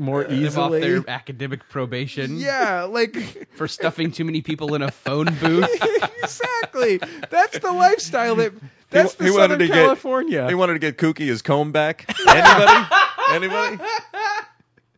S3: more
S4: Live off
S3: easily.
S4: their academic probation.
S3: yeah, like
S4: For stuffing too many people in a phone booth.
S3: exactly. That's the lifestyle that that's
S5: wa- he
S3: the
S5: wanted
S3: Southern
S5: to get-
S3: California.
S5: He wanted to get Kooky his comb back. Anybody? Anybody?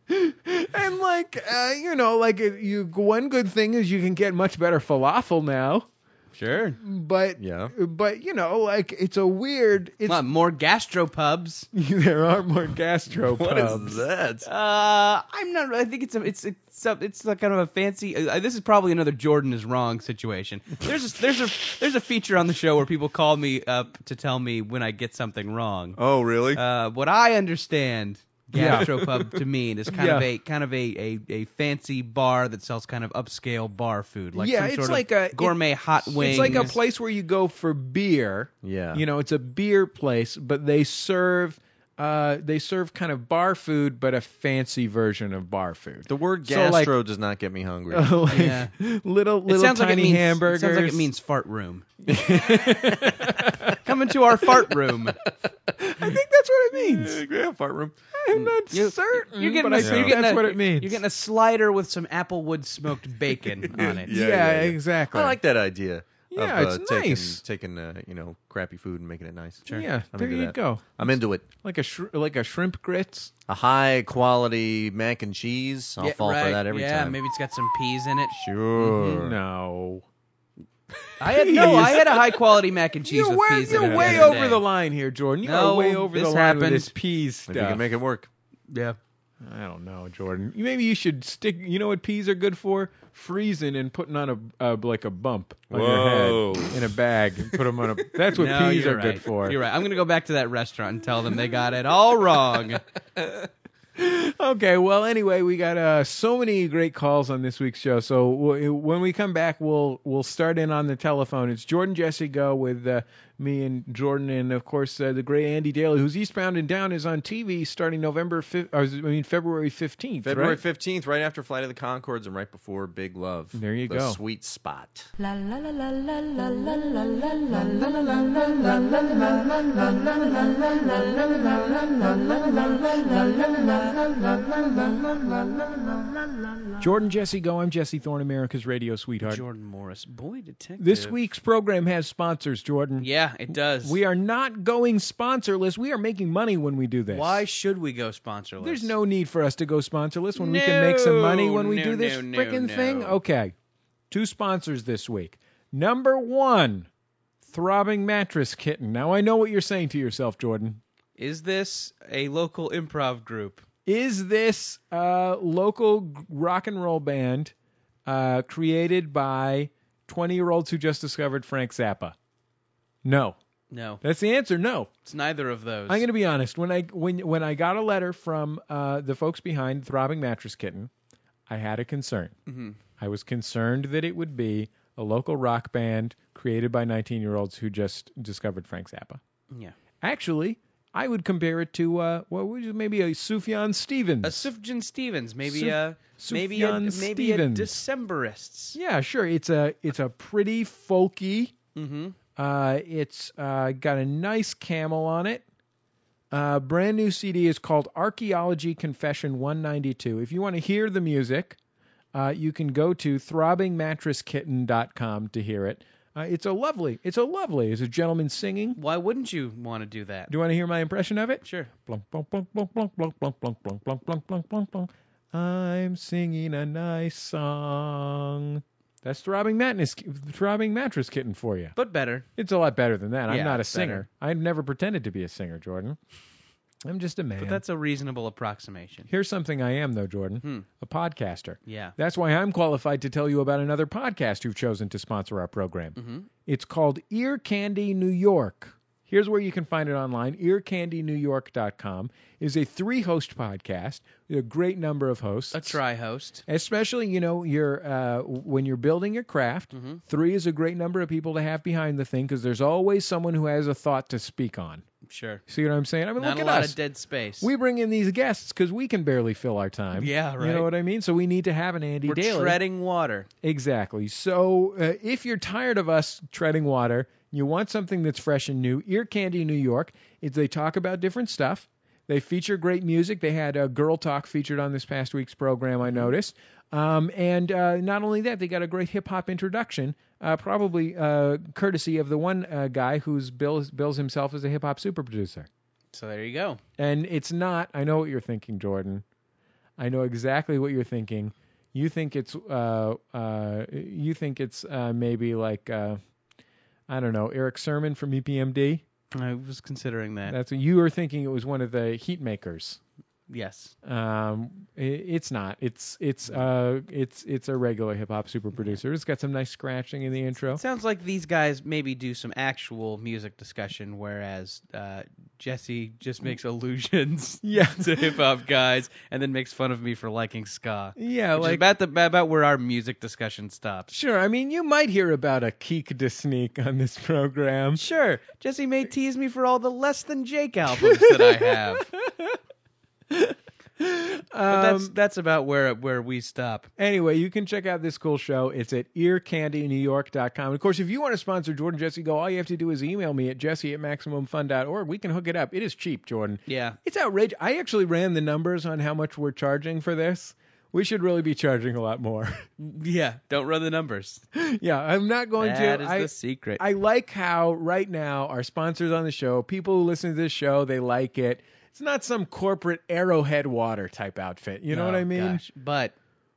S3: and like uh, you know, like it- you one good thing is you can get much better falafel now.
S4: Sure.
S3: But
S5: Yeah.
S3: but you know, like it's a weird. It's
S4: Well, more gastropubs.
S3: there are more gastro
S5: What
S3: pubs.
S5: is that?
S4: Uh, I'm not. I think it's a, it's it's a, it's a kind of a fancy. Uh, this is probably another Jordan is wrong situation. There's a, there's a there's a feature on the show where people call me up to tell me when I get something wrong.
S5: Oh, really?
S4: Uh, what I understand
S3: Yeah.
S4: gastropub to mean is kind of
S3: Yeah.
S4: a kind of a, a, a fancy bar that sells kind of upscale bar food, like
S3: Yeah,
S4: some
S3: it's
S4: sort
S3: like a-
S4: of
S3: it-
S4: gourmet hot wings.
S3: It's like a place where you go for beer.
S5: Yeah.
S3: You know, it's a beer place, but they serve uh they serve kind of bar food but a fancy version of bar food.
S5: the word
S3: So, like-
S5: gastro does not get me hungry.
S3: like
S4: Yeah.
S3: little
S4: It
S3: little
S4: sounds like it
S3: tiny
S4: means,
S3: hamburgers.
S4: It sounds like it means fart room. Come into our fart room.
S3: I think that's what it means.
S5: Yeah, yeah, fart room.
S3: I'm not
S4: Mm, You-
S3: certain,
S4: You're getting
S3: but I
S4: a,
S3: think
S4: you're getting
S3: that's
S4: a-
S3: what it means.
S4: You're getting a slider with some applewood smoked bacon on it.
S5: Yeah,
S3: yeah,
S5: yeah, yeah.
S3: exactly.
S5: I like that idea.
S3: Yeah,
S5: of, uh,
S3: it's
S5: taking,
S3: nice.
S5: Taking uh, you know crappy food and making it nice.
S3: Yeah,
S5: I'm
S3: there
S5: into
S3: you
S5: that.
S3: go.
S5: I'm into it.
S3: Like a shri- like a shrimp grits.
S5: A high quality mac and cheese. I'll
S4: Yeah,
S5: fall
S4: right.
S5: for that every
S4: yeah,
S5: time.
S4: maybe it's got some peas in it.
S5: Sure.
S3: Mm-hmm. No.
S4: I had no, I had a high quality mac and cheese
S3: You're
S4: with
S3: way,
S4: peas in it.
S3: you're
S4: the
S3: way
S4: other
S3: over
S4: day.
S3: the line here, Jordan. You
S4: No,
S3: are way over
S4: this
S3: the line with
S4: happened.
S3: this peas stuff.
S5: If you can make it work.
S4: Yeah.
S3: I don't know, Jordan. Maybe you should stick. You know what peas are good for? Freezing and putting on a uh, like a bump on
S5: Whoa.
S3: your head in a bag and put them on a. That's what
S4: No,
S3: peas
S4: you're
S3: are
S4: right.
S3: good for.
S4: You're right. I'm gonna go back to that restaurant and tell them they got it all wrong.
S3: Okay, well, anyway, we got uh, so many great calls on this week's show. So w- when we come back, we'll we'll start in on the telephone. It's Jordan Jesse Go with uh, me and Jordan, and of course uh, the great Andy Daly, who's Eastbound and Down is on TV starting November fif- or, I mean February fifteenth.
S5: February
S3: right?
S5: fifteenth, right after Flight of the Concords and right before Big Love.
S3: There you
S5: the
S3: go.
S5: Sweet spot.
S2: La la la la la la la la la la
S3: Jordan Jesse Go. I'm Jesse Thorne, America's radio sweetheart.
S4: Jordan Morris, boy detective.
S3: This week's program has sponsors, Jordan.
S4: Yeah, it does.
S3: We are not going sponsorless. We are making money when we do this.
S4: Why should we go sponsorless?
S3: There's no need for us to go sponsorless when we can make some money
S4: No,
S3: when we
S4: no,
S3: do this
S4: no, no,
S3: frickin'
S4: no.
S3: thing. Okay. Two sponsors this week. Number one, Throbbing Mattress Kitten. Now, I know what you're saying to yourself, Jordan.
S4: Is this a local improv group?
S3: Is this uh, local g- rock and roll band uh, created by 20 year olds who just discovered Frank Zappa? No.
S4: No,
S3: That's the answer. No.
S4: it's neither of those.
S3: I'm gonna be honest. When I when when I got a letter from uh, the folks behind Throbbing Mattress Kitten, I had a concern.
S4: Mm-hmm.
S3: I was concerned that it would be a local rock band created by 19 year olds who just discovered Frank Zappa.
S4: Yeah.
S3: Actually, I would compare it to uh, what would you, maybe a Sufjan Stevens.
S4: A Sufjan Stevens, maybe
S3: Suf-
S4: a maybe a
S3: Sufjan
S4: maybe a
S3: Stevens.
S4: Decemberists.
S3: yeah, sure. It's a it's a pretty folky.
S4: Mm-hmm.
S3: Uh, it's uh, got a nice camel on it. Uh, brand new CD is called Archaeology Confession 192. If you want to hear the music, uh, you can go to throbbingmattresskitten.com to hear it. Uh, it's a lovely, it's a lovely. It's a gentleman singing.
S4: Why wouldn't you want to do that?
S3: Do you want to hear my impression of it?
S4: Sure.
S3: Blunk, blunk, blunk, blunk, blunk, blunk, blunk, blunk, blunk, blunk, blunk, blunk, blunk, blunk. I'm singing a nice song. That's throbbing mattress, throbbing mattress kitten for you.
S4: But better.
S3: It's a lot better than that.
S4: Yeah,
S3: I'm not a
S4: it's
S3: singer. I've never pretended to be a singer, Jordan. I'm just a man.
S4: But that's a reasonable approximation.
S3: Here's something I am, though, Jordan
S4: Hmm.
S3: a podcaster.
S4: Yeah.
S3: That's why I'm qualified to tell you about another podcast who've chosen to sponsor our program.
S4: Mhm.
S3: It's called Ear Candy New York. Here's where you can find it online. EarCandyNewYork.com is a three host podcast with a great number of hosts
S4: A tri host.
S3: especially you know you're uh, when you're building your craft
S4: Mm-hmm.
S3: three is a great number of people to have behind the thing because there's always someone who has a thought to speak on
S4: Sure.
S3: See what I'm saying? I mean,
S4: Not
S3: look
S4: a
S3: at
S4: lot
S3: us.
S4: of dead space.
S3: we bring in these guests because we can barely fill our time.
S4: Yeah,
S3: You
S4: right.
S3: know what I mean? So we need to have an Andy
S4: We're
S3: Daly.
S4: treading water.
S3: Exactly. So uh, if you're tired of us treading water, you want something that's fresh and new. Ear Candy New York is they talk about different stuff. They feature great music. They had uh, Girl Talk featured on this past week's program, I noticed. Um, and uh, not only that, they got a great hip hop introduction, uh, probably uh, courtesy of the one uh, guy who's bills, bills himself as a hip hop super producer.
S4: So there you go.
S3: And it's not. I know what you're thinking, Jordan. I know exactly what you're thinking. You think it's uh uh you think it's uh maybe like uh I don't know Eric Sermon from E EPMD.
S4: I was considering that.
S3: That's what you were thinking. It was one of the heat makers.
S4: yes.
S3: Um, i it's not. It's it's uh it's it's a regular hip hop super producer. It's got some nice scratching in the intro.
S4: It sounds like these guys maybe do some actual music discussion, whereas uh, Jesse
S3: Mm.
S4: just makes allusions
S3: Yeah.
S4: to hip hop guys and then makes fun of me for liking ska.
S3: Yeah,
S4: Which is
S3: like
S4: about the about where our music discussion stops.
S3: sure. I mean, you might hear about a Keek de Sneak on this program.
S4: Sure, Jesse may tease me for all the less than Jake albums that I have, but that's that's about where where we stop.
S3: Um, Anyway, you can check out this cool show. It's at earcandynewyork.com. Of course, if you want to sponsor Jordan Jesse Go, all you have to do is email me at jesse at maximumfun.org. We can hook it up. It is cheap, Jordan.
S4: Yeah,
S3: It's outrageous. I actually ran the numbers on how much we're charging for this. We should really be charging a lot more.
S4: yeah. Don't run the numbers.
S3: yeah, I'm not going
S4: That
S3: to.
S4: is
S3: I,
S4: the secret.
S3: I like how right now our sponsors on the show, people who listen to this show, they like it. It's not some corporate arrowhead water type outfit. You know what
S4: Oh,
S3: I mean?
S4: gosh. But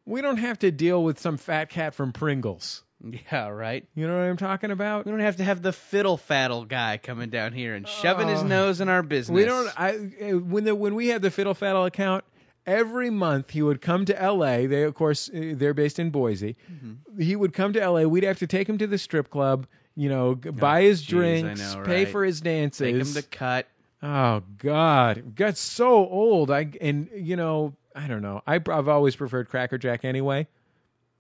S3: We don't have to deal with some fat cat from Pringles.
S4: yeah, right.
S3: You know what I'm talking about?
S4: We don't have to have the fiddle faddle guy coming down here and shoving his
S3: Oh.
S4: nose in our business.
S3: We don't. I uh, when the when we had the Fiddle Faddle account, every month he would come to L.A. They of course uh, they're based in Boise.
S4: Mm-hmm.
S3: He would come to L.A. We'd have to take him to the strip club. You know, g buy his
S4: geez, Oh, I
S3: drinks,
S4: know,
S3: pay
S4: right.
S3: for his dances.
S4: take him to cut.
S3: Oh God, got so old. I and you know I don't know. I, I've always preferred Cracker Jack anyway,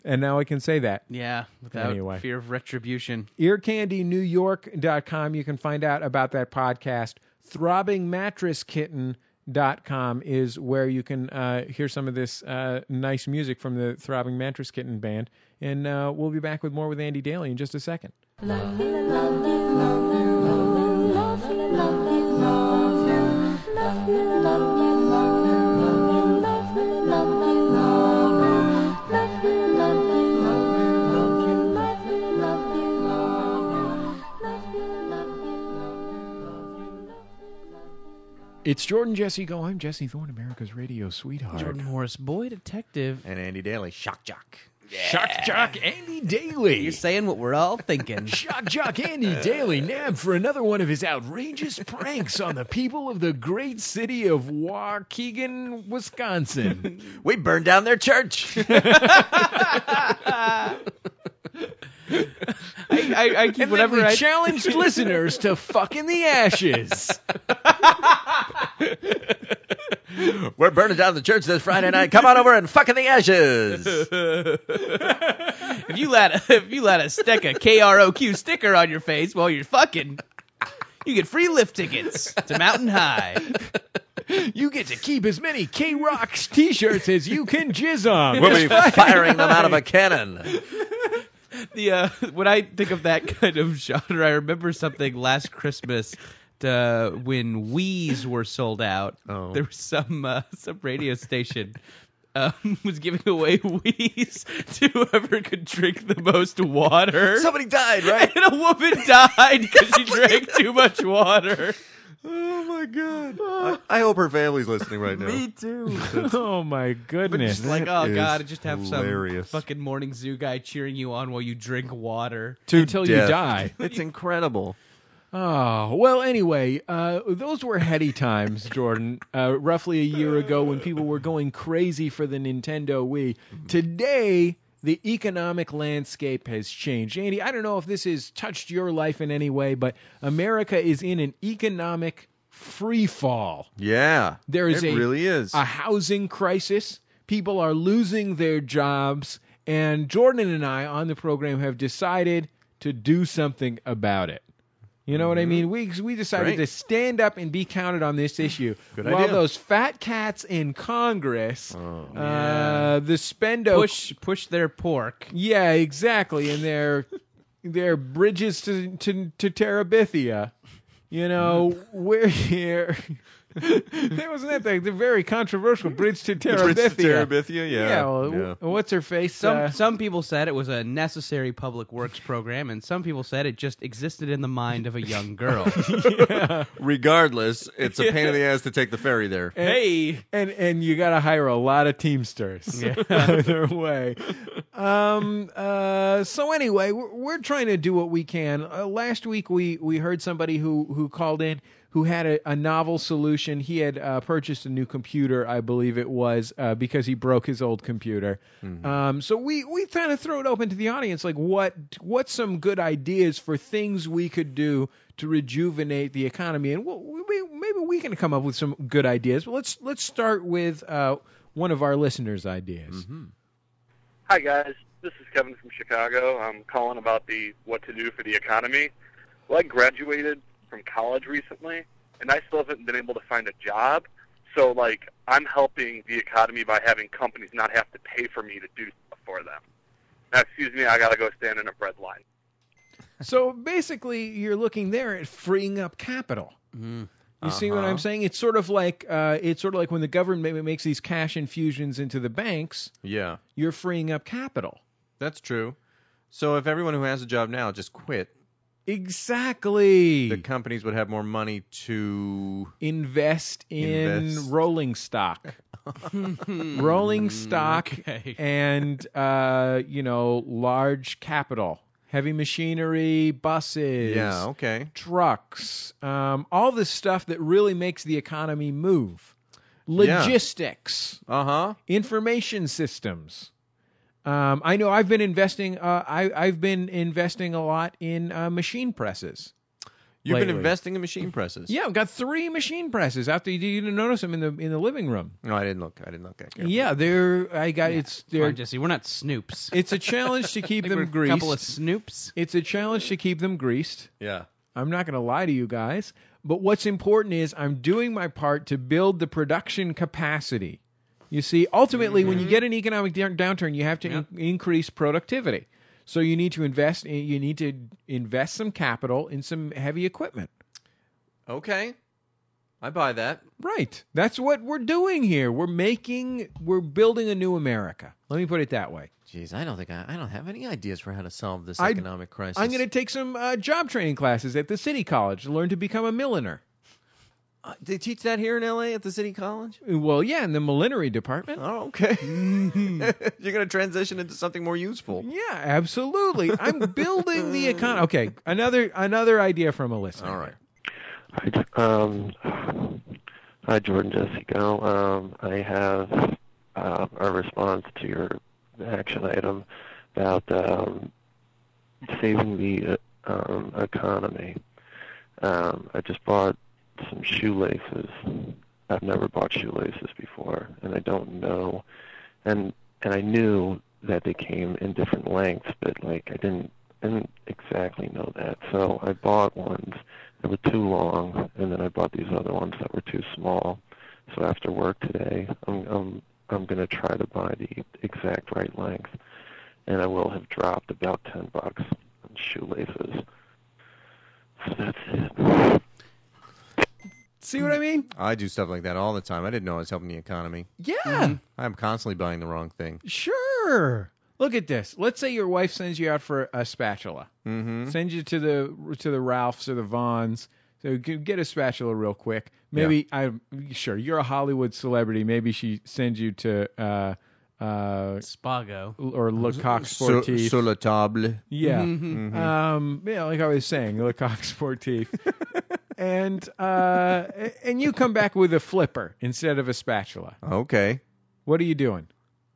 S3: and now I can say that.
S4: Yeah, without
S3: Anyway.
S4: fear of retribution.
S3: earcandynewyork.com. You can find out about that podcast. Throbbingmattresskitten.com is where you can uh, hear some of this uh, nice music from the Throbbing Mattress Kitten band. And uh, we'll be back with more with Andy Daly in just a second.
S5: Oh
S2: Love you, love you, love you, love you, love you, love you. Love you, love you, love you, love you, love you, love you. Love you, love you, love you, love you, love you, love you, love you. Love you, love you, love you, love you, love
S3: It's Jordan Jesse Go. I'm Jesse Thorne, America's radio sweetheart.
S4: Jordan Morris, boy detective.
S5: And Andy Daly, shock jock.
S3: Shock Jock Andy Daly.
S4: You're saying what we're all thinking.
S3: Shock Jock Andy Daly nabbed for another one of his outrageous pranks on the people of the great city of Waukegan, Wisconsin.
S5: We burned down their church.
S4: I, I keep
S3: And
S4: whatever
S3: then we
S4: I
S3: challenged listeners to fuck in the ashes.
S5: We're burning down the church this Friday night. Come on over and fuck in the ashes.
S4: if you let if you let us stick a KROQ sticker on your face while you're fucking, you get free lift tickets to Mountain High.
S3: You get to keep as many K Rocks t shirts as you can jizz on.
S5: We'll be firing them out of a cannon.
S4: the uh, when I think of that kind of genre, I remember something last Christmas. Uh, when Wii's were sold out,
S5: Oh.
S4: there was some uh, some radio station um, was giving away Wii's to whoever could drink the most water.
S5: Somebody died, right?
S4: and a woman died because she drank too much water.
S5: Oh my god. I, I hope her family's listening right now.
S4: too.
S3: oh my
S4: But
S3: goodness.
S4: just like, oh
S5: is
S4: god, just have
S5: hilarious.
S4: some fucking morning zoo guy cheering you on while you drink water.
S3: Until you
S5: death.
S3: die.
S5: It's incredible.
S3: Oh, well, anyway, uh, those were heady times, Jordan. Uh, roughly a year ago when people were going crazy for the Nintendo Wii. Today, the economic landscape has changed. Andy, I don't know if this has touched your life in any way, but America is in an economic free fall.
S5: Yeah.
S3: There is
S5: it
S3: a-
S5: really is.
S3: A housing crisis, people are losing their jobs, and Jordan and I on the program have decided to do something about it. You know what I
S5: Mm-hmm.
S3: mean? We we decided
S5: Right.
S3: to stand up and be counted on this issue.
S5: Good
S3: While
S5: idea.
S3: those fat cats in Congress,
S5: Oh.
S3: uh, the spendo
S4: Push push their pork.
S3: yeah, exactly. And their their bridges to to to Terabithia. You know,
S5: Mm-hmm.
S3: we're here. there wasn't that the, the very controversial bridge to Terabithia.
S5: Prince of Terabithia, yeah.
S3: Yeah, well, w-
S5: yeah.
S3: what's her face?
S4: Some
S3: uh,
S4: some people said it was a necessary public works program, and some people said it just existed in the mind of a young girl.
S5: Regardless, it's a pain in the ass to take the ferry there.
S3: and- and and you got to hire a lot of teamsters either way. Um, uh, so anyway, we're, we're trying to do what we can. Uh, last week we we heard somebody who who called in who had a, a novel solution. He had uh, purchased a new computer, I believe it was, uh, because he broke his old computer. Um, so we we kind of throw it open to the audience, like what what's some good ideas for things we could do to rejuvenate the economy, and we'll, we, maybe we can come up with some good ideas. But let's let's start with uh, one of our listeners' ideas.
S5: Mm-hmm.
S6: Hi guys, this is Kevin from Chicago. I'm calling about the what to do for the economy. Well, I graduated from college recently, and I still haven't been able to find a job. So like, I'm helping the economy by having companies not have to pay for me to do stuff for them. Now, excuse me, I gotta go stand in a bread line.
S3: So basically, you're looking there at freeing up capital.
S4: Mm.
S3: You see what
S5: Uh-huh.
S3: I'm saying? It's sort of like uh, it's sort of like when the government makes these cash infusions into the banks,
S5: Yeah,
S3: you're freeing up capital.
S5: that's true. So if everyone who has a job now just quit,
S3: Exactly.
S5: the companies would have more money to.
S3: invest in
S5: Invest.
S3: rolling stock,
S5: Hmm.
S3: rolling stock,
S4: Okay.
S3: and uh, you know large capital, heavy machinery, buses,
S5: Yeah, okay.
S3: trucks, um, all this stuff that really makes the economy move.
S5: Yeah.
S3: Logistics,
S5: Uh huh.
S3: information systems. Um, I know I've been investing. Uh, I, I've been investing a lot in uh, machine presses.
S5: You've been
S3: Lately.
S5: investing in machine presses.
S3: Yeah, I've got three machine presses. After you, you didn't notice them in the in the living room.
S5: No, I didn't look. I didn't look. I can't-
S3: Yeah, they're I got it's
S4: Come
S3: they're
S4: on, Jesse, we're not snoops.
S3: it's a challenge to keep
S4: Like
S3: them
S4: we're a
S3: greased.
S4: couple of snoops.
S3: It's a challenge to keep them greased.
S5: Yeah.
S3: I'm not going to lie to you guys, but what's important is I'm doing my part to build the production capacity. You see, ultimately, when
S4: Mm-hmm.
S3: you get an economic down- downturn, you have to in- increase productivity. So you need to invest. In, you need to invest some capital in some heavy equipment.
S5: Okay. I buy that.
S3: Right. That's what we're doing here. We're making, we're building a new America. Let me put it that way.
S5: Jeez, I don't think I, I don't have any ideas for how to solve this
S3: I-
S5: economic crisis.
S3: I'm going to take some uh, job training classes at the city college to learn to become a milliner.
S5: Uh, they teach that here in L.A. at the City College.
S3: Well, yeah, in the millinery department.
S5: Oh, okay. You're gonna transition into something more useful.
S3: Yeah, absolutely. I'm building the economy. Okay, another another idea from a listener.
S5: All right.
S7: Hi, J- um, hi, Jordan Jessica. Um, I have uh, a response to your action item about um, saving the uh, um, economy. Um, I just bought some shoelaces. I've never bought shoelaces before, and I don't know. And and I knew that they came in different lengths, but like I didn't I didn't exactly know that. So I bought ones that were too long, and then I bought these other ones that were too small. So after work today, I'm I'm I'm gonna try to buy the exact right length, and I will have dropped about ten bucks on shoelaces. So that's it.
S3: See what I mean?
S5: I do stuff like that all the time. I didn't know I was helping the economy.
S3: Yeah,
S5: I'm constantly buying the wrong thing.
S3: sure. Look at this. Let's say your wife sends you out for a spatula.
S5: Mm-hmm.
S3: Send you to the to the Ralphs or the Vons. So you can get a spatula real quick. Maybe I'm sure you're a Hollywood celebrity. Maybe she sends you to uh, uh,
S4: Spago.
S3: or Le Coq
S5: Sur,
S3: Sportif.
S5: sur la table.
S3: yeah.
S4: Mhm.
S3: Um, yeah, like I was saying, Le Coq Sportif. and uh, and you come back with a flipper instead of a spatula.
S5: Oh, Okay.
S3: What are you doing?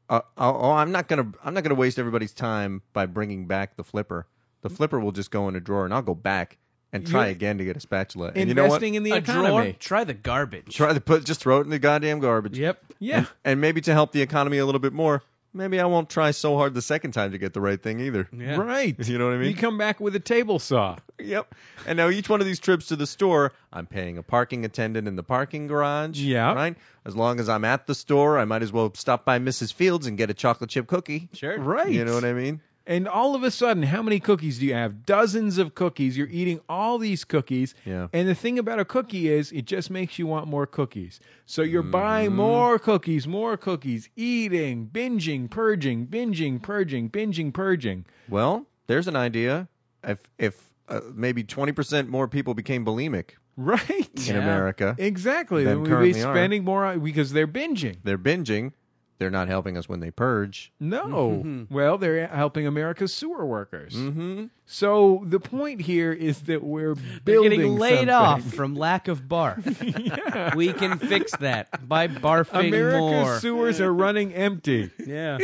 S5: Uh, oh, oh, I'm not gonna I'm not gonna waste everybody's time by bringing back the flipper. The flipper will just go in a drawer, and I'll go back and try
S3: You-
S5: again to get a spatula. And you know what?
S3: Investing in the
S4: a drawer.
S3: economy.
S4: Try the garbage.
S5: Try to put just throw it in the goddamn garbage.
S4: Yep.
S3: Yeah.
S5: And maybe to help the economy a little bit more, maybe I won't try so hard the second time to get the right thing either.
S4: Yeah.
S3: Right.
S5: You know what I mean?
S3: You come back with a table saw.
S5: Yep. And now each one of these trips to the store, I'm paying a parking attendant in the parking garage.
S3: Yeah.
S5: Right? As long as I'm at the store, I might as well stop by Mrs. Fields and get a chocolate chip cookie.
S4: Sure.
S3: Right.
S5: You know what I mean?
S3: And all of a sudden, how many cookies do you have? Dozens of cookies. You're eating all these cookies.
S5: Yeah.
S3: And the thing about a cookie is it just makes you want more cookies. So you're buying
S5: Mm-hmm.
S3: more cookies, more cookies, eating, binging, purging, binging, purging, binging, purging.
S5: Well, there's an idea. If if uh, maybe 20% more people became bulimic
S3: Right.
S5: in America,
S3: Exactly.
S5: Than
S3: Then we'd be
S5: currently are.
S3: spending more on, because they're binging.
S5: they're binging. They're not helping us when they purge.
S3: No.
S4: Mm-hmm.
S3: well, they're helping America's sewer workers.
S5: Mm-hmm.
S3: So the point here is that we're
S4: They're
S3: building
S4: getting laid
S3: something.
S4: off from lack of barf.
S3: Yeah.
S4: we can fix that by barfing
S3: America's
S4: more.
S3: sewers are running empty.
S4: yeah.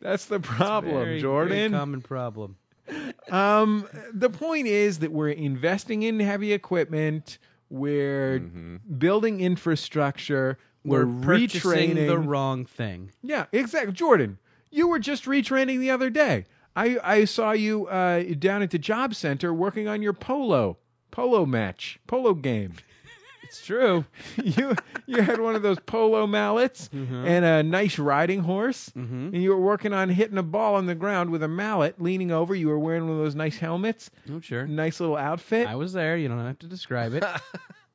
S3: That's the problem,
S4: Very, very
S3: Jordan.
S4: common problem.
S3: um, the point is that we're investing in heavy equipment. We're building infrastructure. We're,
S4: purchasing
S3: retraining.
S4: the wrong thing.
S3: yeah, exactly. Jordan, you were just retraining the other day. I, I saw you uh, down at the job center working on your polo polo match polo game.
S4: It's true.
S3: you you had one of those polo mallets and a nice riding horse,
S4: Mhm.
S3: and you were working on hitting a ball on the ground with a mallet, leaning over. You were wearing one of those nice helmets,
S4: I'm Oh, sure.
S3: nice little outfit.
S4: I was there. You don't have to describe it.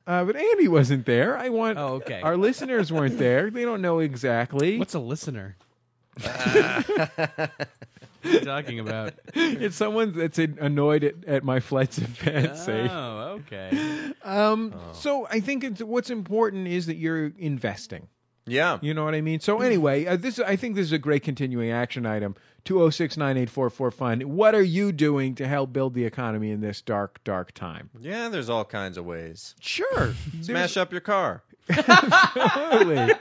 S3: Uh, but Andy wasn't there. I want
S4: Oh, okay.
S3: our listeners weren't there. They don't know exactly.
S4: What's a listener?
S5: what
S4: What are you talking about?
S3: it's someone that's annoyed at, at my flights of
S4: Ah.
S3: fancy.
S4: Oh, okay.
S3: Um,
S5: Oh.
S3: So I think it's, what's important is that you're investing.
S5: Yeah. Mm-hmm.
S3: You know what I mean? So anyway, uh, this I think this is a great continuing action item. 2069844 fun. What are you doing to help build the economy in this dark dark time?
S5: Yeah, there's all kinds of ways.
S3: Sure.
S5: Smash up your car
S3: Absolutely.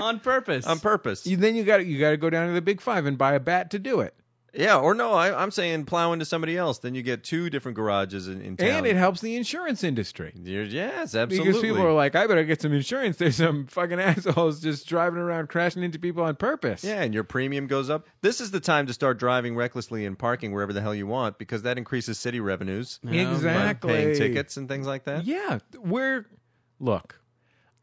S4: On purpose.
S5: on purpose.
S3: you, then you got you got to go down to the Big 5 and buy a bat to do it.
S5: Yeah, or no, I, I'm saying plow into somebody else. Then you get two different garages in, in town.
S3: And it helps the insurance industry.
S5: You're- yes,
S3: Because
S5: absolutely.
S3: people are like, I better get some insurance. There's some fucking assholes just driving around crashing into people on purpose.
S5: yeah, and your premium goes up. This is the time to start driving recklessly and parking wherever the hell you want because that increases city revenues.
S4: No, but
S3: Exactly.
S5: Paying tickets and things like that.
S3: Yeah, we're look.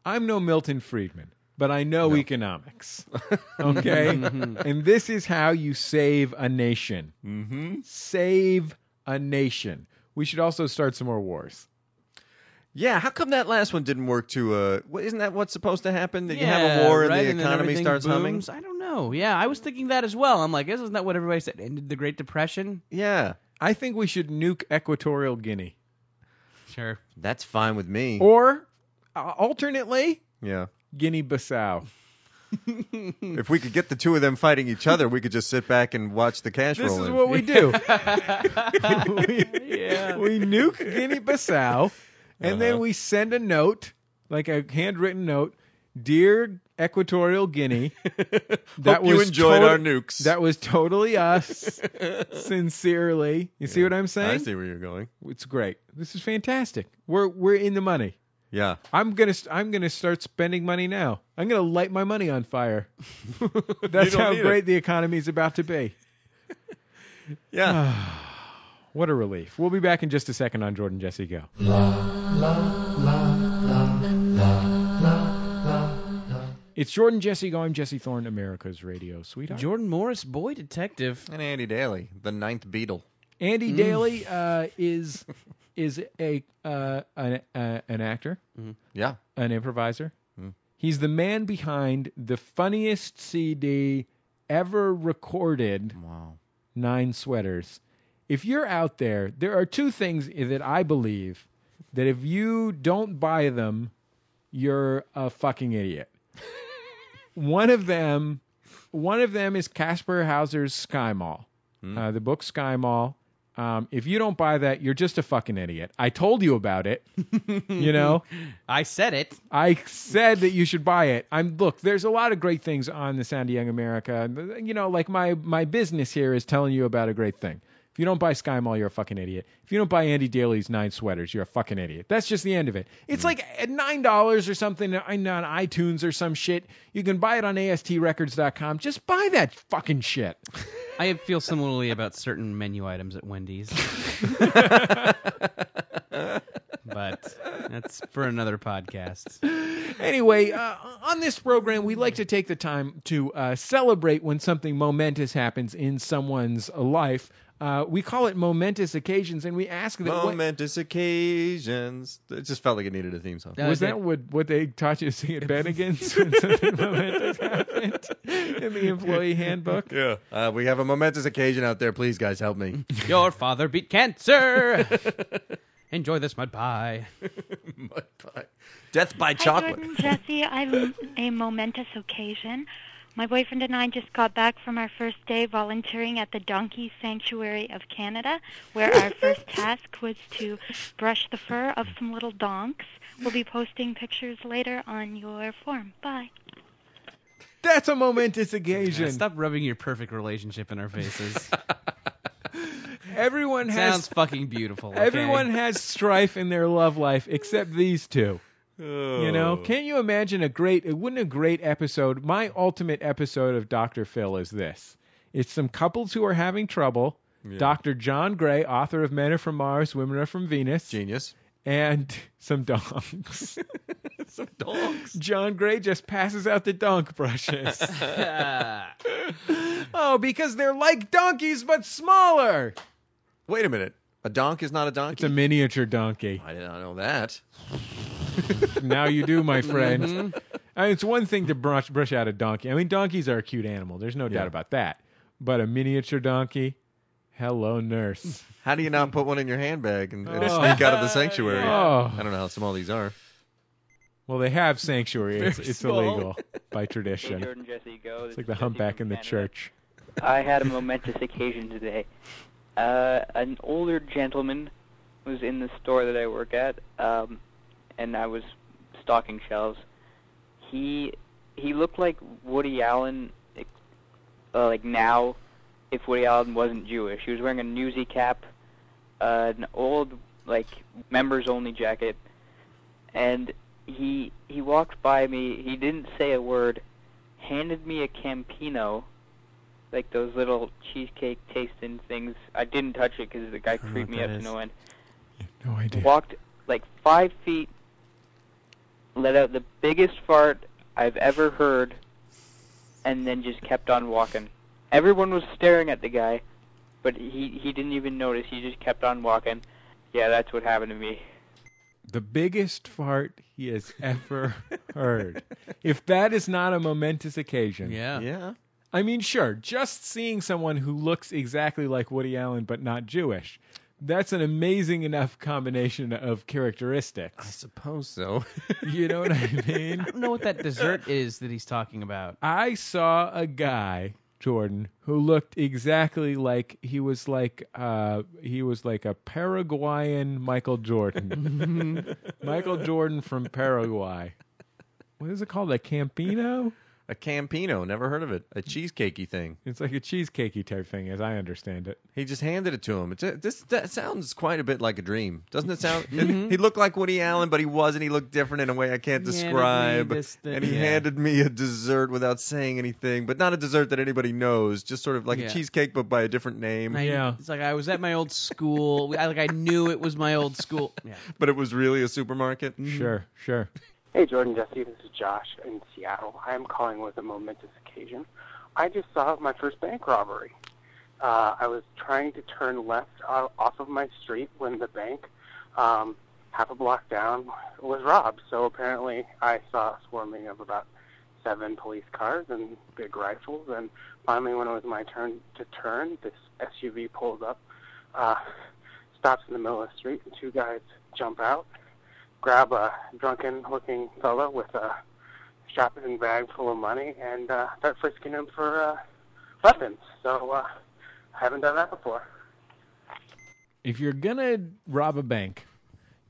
S3: I'm no Milton Friedman, but I know economics. Okay, and this is how you save a nation.
S5: Mm-hmm.
S3: Save a nation. We should also start some more wars.
S5: Yeah, how come that last one didn't work to uh what isn't that what's supposed to happen? That you have a war
S4: right,
S5: and the
S4: then
S5: economy
S4: everything
S5: starts humming?
S4: booms. I don't know. Yeah, I was thinking that as well. I'm like, isn't that what everybody said? Ended the Great Depression?
S5: Yeah.
S3: I think we should nuke Equatorial Guinea,
S4: Sure.
S5: That's fine with me.
S3: or uh, alternately,
S5: yeah.
S3: Guinea-Bissau.
S5: If we could get the two of them fighting each other, we could just sit back and watch the cash
S3: This
S5: roll
S3: is
S5: in.
S3: what we do. we,
S4: Yeah.
S3: we nuke Guinea-Bissau, and then
S5: Uh-huh.
S3: we send a note, like a handwritten note, dear Equatorial Guinea.
S5: Hope you enjoyed
S3: tot-
S5: our nukes.
S3: That was totally us, sincerely. You see what I'm
S5: I
S3: saying?
S5: see where you're going.
S3: It's great. This is fantastic. We're we're in the money.
S5: Yeah.
S3: I'm gonna st- I'm gonna start spending money now. I'm gonna light my money on fire. That's
S5: don't
S3: how
S5: need it.
S3: great the economy is about to be.
S5: Yeah.
S3: What a relief. We'll be back in just a second on Jordan Jesse Go. It's Jordan Jesse Go. I'm Jesse Thorne, America's radio sweetheart.
S4: Jordan Morris, boy detective. Mm.
S5: and Andy Daly, the ninth Beatle.
S3: Andy Daly uh, is is a uh, an, uh, an actor,
S4: Mm-hmm.
S5: Yeah.
S3: an improviser.
S5: Mm.
S3: He's the man behind the funniest CD ever recorded.
S5: Wow.
S3: nine sweaters. If you're out there, there are two things that I believe that if you don't buy them, you're a fucking idiot. one of them, one of them is Casper Hauser's Sky Mall,
S5: Hmm.
S3: uh, the book Sky Mall. Um, if you don't buy that, you're just a fucking idiot. I told you about it. You know,
S4: I said it.
S3: I said that you should buy it. I'm look. There's a lot of great things on the Sound of Young America. You know, like my my business here is telling you about a great thing. If you don't buy Sky Mall, you're a fucking idiot. If you don't buy Andy Daly's nine sweaters, you're a fucking idiot. That's just the end of it. It's like at nine dollars or something on on iTunes or some shit. You can buy it on ASTRecords.com. Just buy that fucking shit.
S4: I feel similarly about certain menu items at Wendy's. but that's for another podcast.
S3: Anyway, uh, on this program, we like to take the time to uh, celebrate when something momentous happens in someone's life. Uh, we call it momentous occasions, and we ask that. what-
S5: Momentous occasions. It just felt like it needed a theme song.
S4: Uh,
S3: was
S4: that-
S3: that what, what they taught you to sing at Bennigan's when something momentous happened in the employee handbook?
S5: Yeah. Uh, we have a momentous occasion out there. Please, guys, help me.
S4: Your father beat cancer. Enjoy this mud pie.
S5: Mud pie. Death by
S8: Hi,
S5: chocolate.
S8: Jordan, Jesse. I'm a momentous occasion. My boyfriend and I just got back from our first day volunteering at the Donkey Sanctuary of Canada, where our first task was to brush the fur of some little donks. We'll be posting pictures later on your form. Bye.
S3: That's a momentous occasion.
S4: Yeah, stop rubbing your perfect relationship in our faces.
S3: Everyone has
S4: Sounds fucking beautiful. okay?
S3: everyone has strife in their love life except these two.
S4: Oh.
S3: You know, can you imagine a great? It wouldn't a great episode. My ultimate episode of Doctor Phil is this. It's some couples who are having trouble. Doctor John Gray, author of Men Are From Mars, Women Are From Venus,
S5: Genius.
S3: and some donks.
S5: Some dogs.
S3: John Gray just passes out the donk brushes. oh, because they're like donkeys but smaller.
S5: Wait a minute. A donk is not a donkey.
S3: It's a miniature donkey.
S5: I did not know that. Mm-hmm.
S3: now you do, my friend.
S4: Mhm.
S3: I mean, it's one thing to brush, brush out a donkey. I mean, donkeys are a cute animal. There's no doubt about that. But a miniature donkey, hello, nurse.
S5: How do you not put one in your handbag and, and
S3: Oh.
S5: sneak out of the sanctuary?
S3: Oh.
S5: I don't know how small these are.
S3: Well, they have sanctuary. It's, it's
S4: small.
S3: illegal by
S9: Hey,
S3: tradition.
S9: Jordan, Jesse, go. This
S3: It's like
S9: is
S3: the
S9: Jesse
S3: humpback
S9: from
S3: in the
S9: Canada.
S3: church.
S9: I had a momentous occasion today. Uh, an older gentleman was in the store that I work at, um, and I was stocking shelves. He he looked like Woody Allen, uh, like now, if Woody Allen wasn't Jewish. He was wearing a newsy cap, uh, an old like members only jacket, and he he walked by me. He didn't say a word. Handed me a Campino like those little cheesecake tasting things. I didn't touch it because the guy
S4: don't know
S9: creeped me
S4: what that
S9: up to
S4: is.
S9: no end.
S3: No idea.
S9: Walked like five feet, let out the biggest fart I've ever heard, and then just kept on walking. Everyone was staring at the guy, but he he didn't even notice. He just kept on walking. Yeah, that's what happened to me.
S3: The biggest fart he has ever heard. If that is not a momentous occasion,
S4: Yeah.
S5: Yeah.
S3: I mean, sure, just seeing someone who looks exactly like Woody Allen but not Jewish, that's an amazing enough combination of
S5: I
S3: characteristics.
S5: suppose so.
S3: You know what I mean?
S4: I don't know what that dessert is that he's talking about.
S3: I saw a guy, Jordan, who looked exactly like he was like uh he was like a Paraguayan Michael Jordan. Michael Jordan from Paraguay. What is it called? A Campino?
S5: a Campino. Never heard of it. A cheesecakey thing.
S3: It's like a cheesecakey type thing as I understand it.
S5: He just handed it to him. It's this that sounds quite a bit like a dream, doesn't it? Sound
S3: Mm-hmm.
S5: he looked like Woody Allen, but he wasn't. He looked different in a way I can't
S4: He handed me
S5: describe.
S4: this thing-
S5: and he
S4: yeah.
S5: handed me a dessert without saying anything, but not a dessert that anybody knows. Just sort of like
S4: Yeah.
S5: a cheesecake, but by a different name.
S4: And I-
S3: Yeah.
S4: It's like I was at my old school. I, like I knew it was my old school. Yeah.
S5: But it was really a supermarket.
S3: Sure, sure.
S10: Hey, Jordan, Jesse, this is Josh in Seattle. I am calling with a momentous occasion. I just saw my first bank robbery. Uh, I was trying to turn left o- off of my street when the bank, um, half a block down, was robbed. So apparently, I saw a swarming of about seven police cars and big rifles. And finally, when it was my turn to turn, this SUV pulled up, uh, stops in the middle of the street, and two guys jump out grab a drunken looking fella with a shopping bag full of money and uh, start frisking him for uh, weapons. So uh, I haven't done that before.
S3: If you're gonna rob a bank,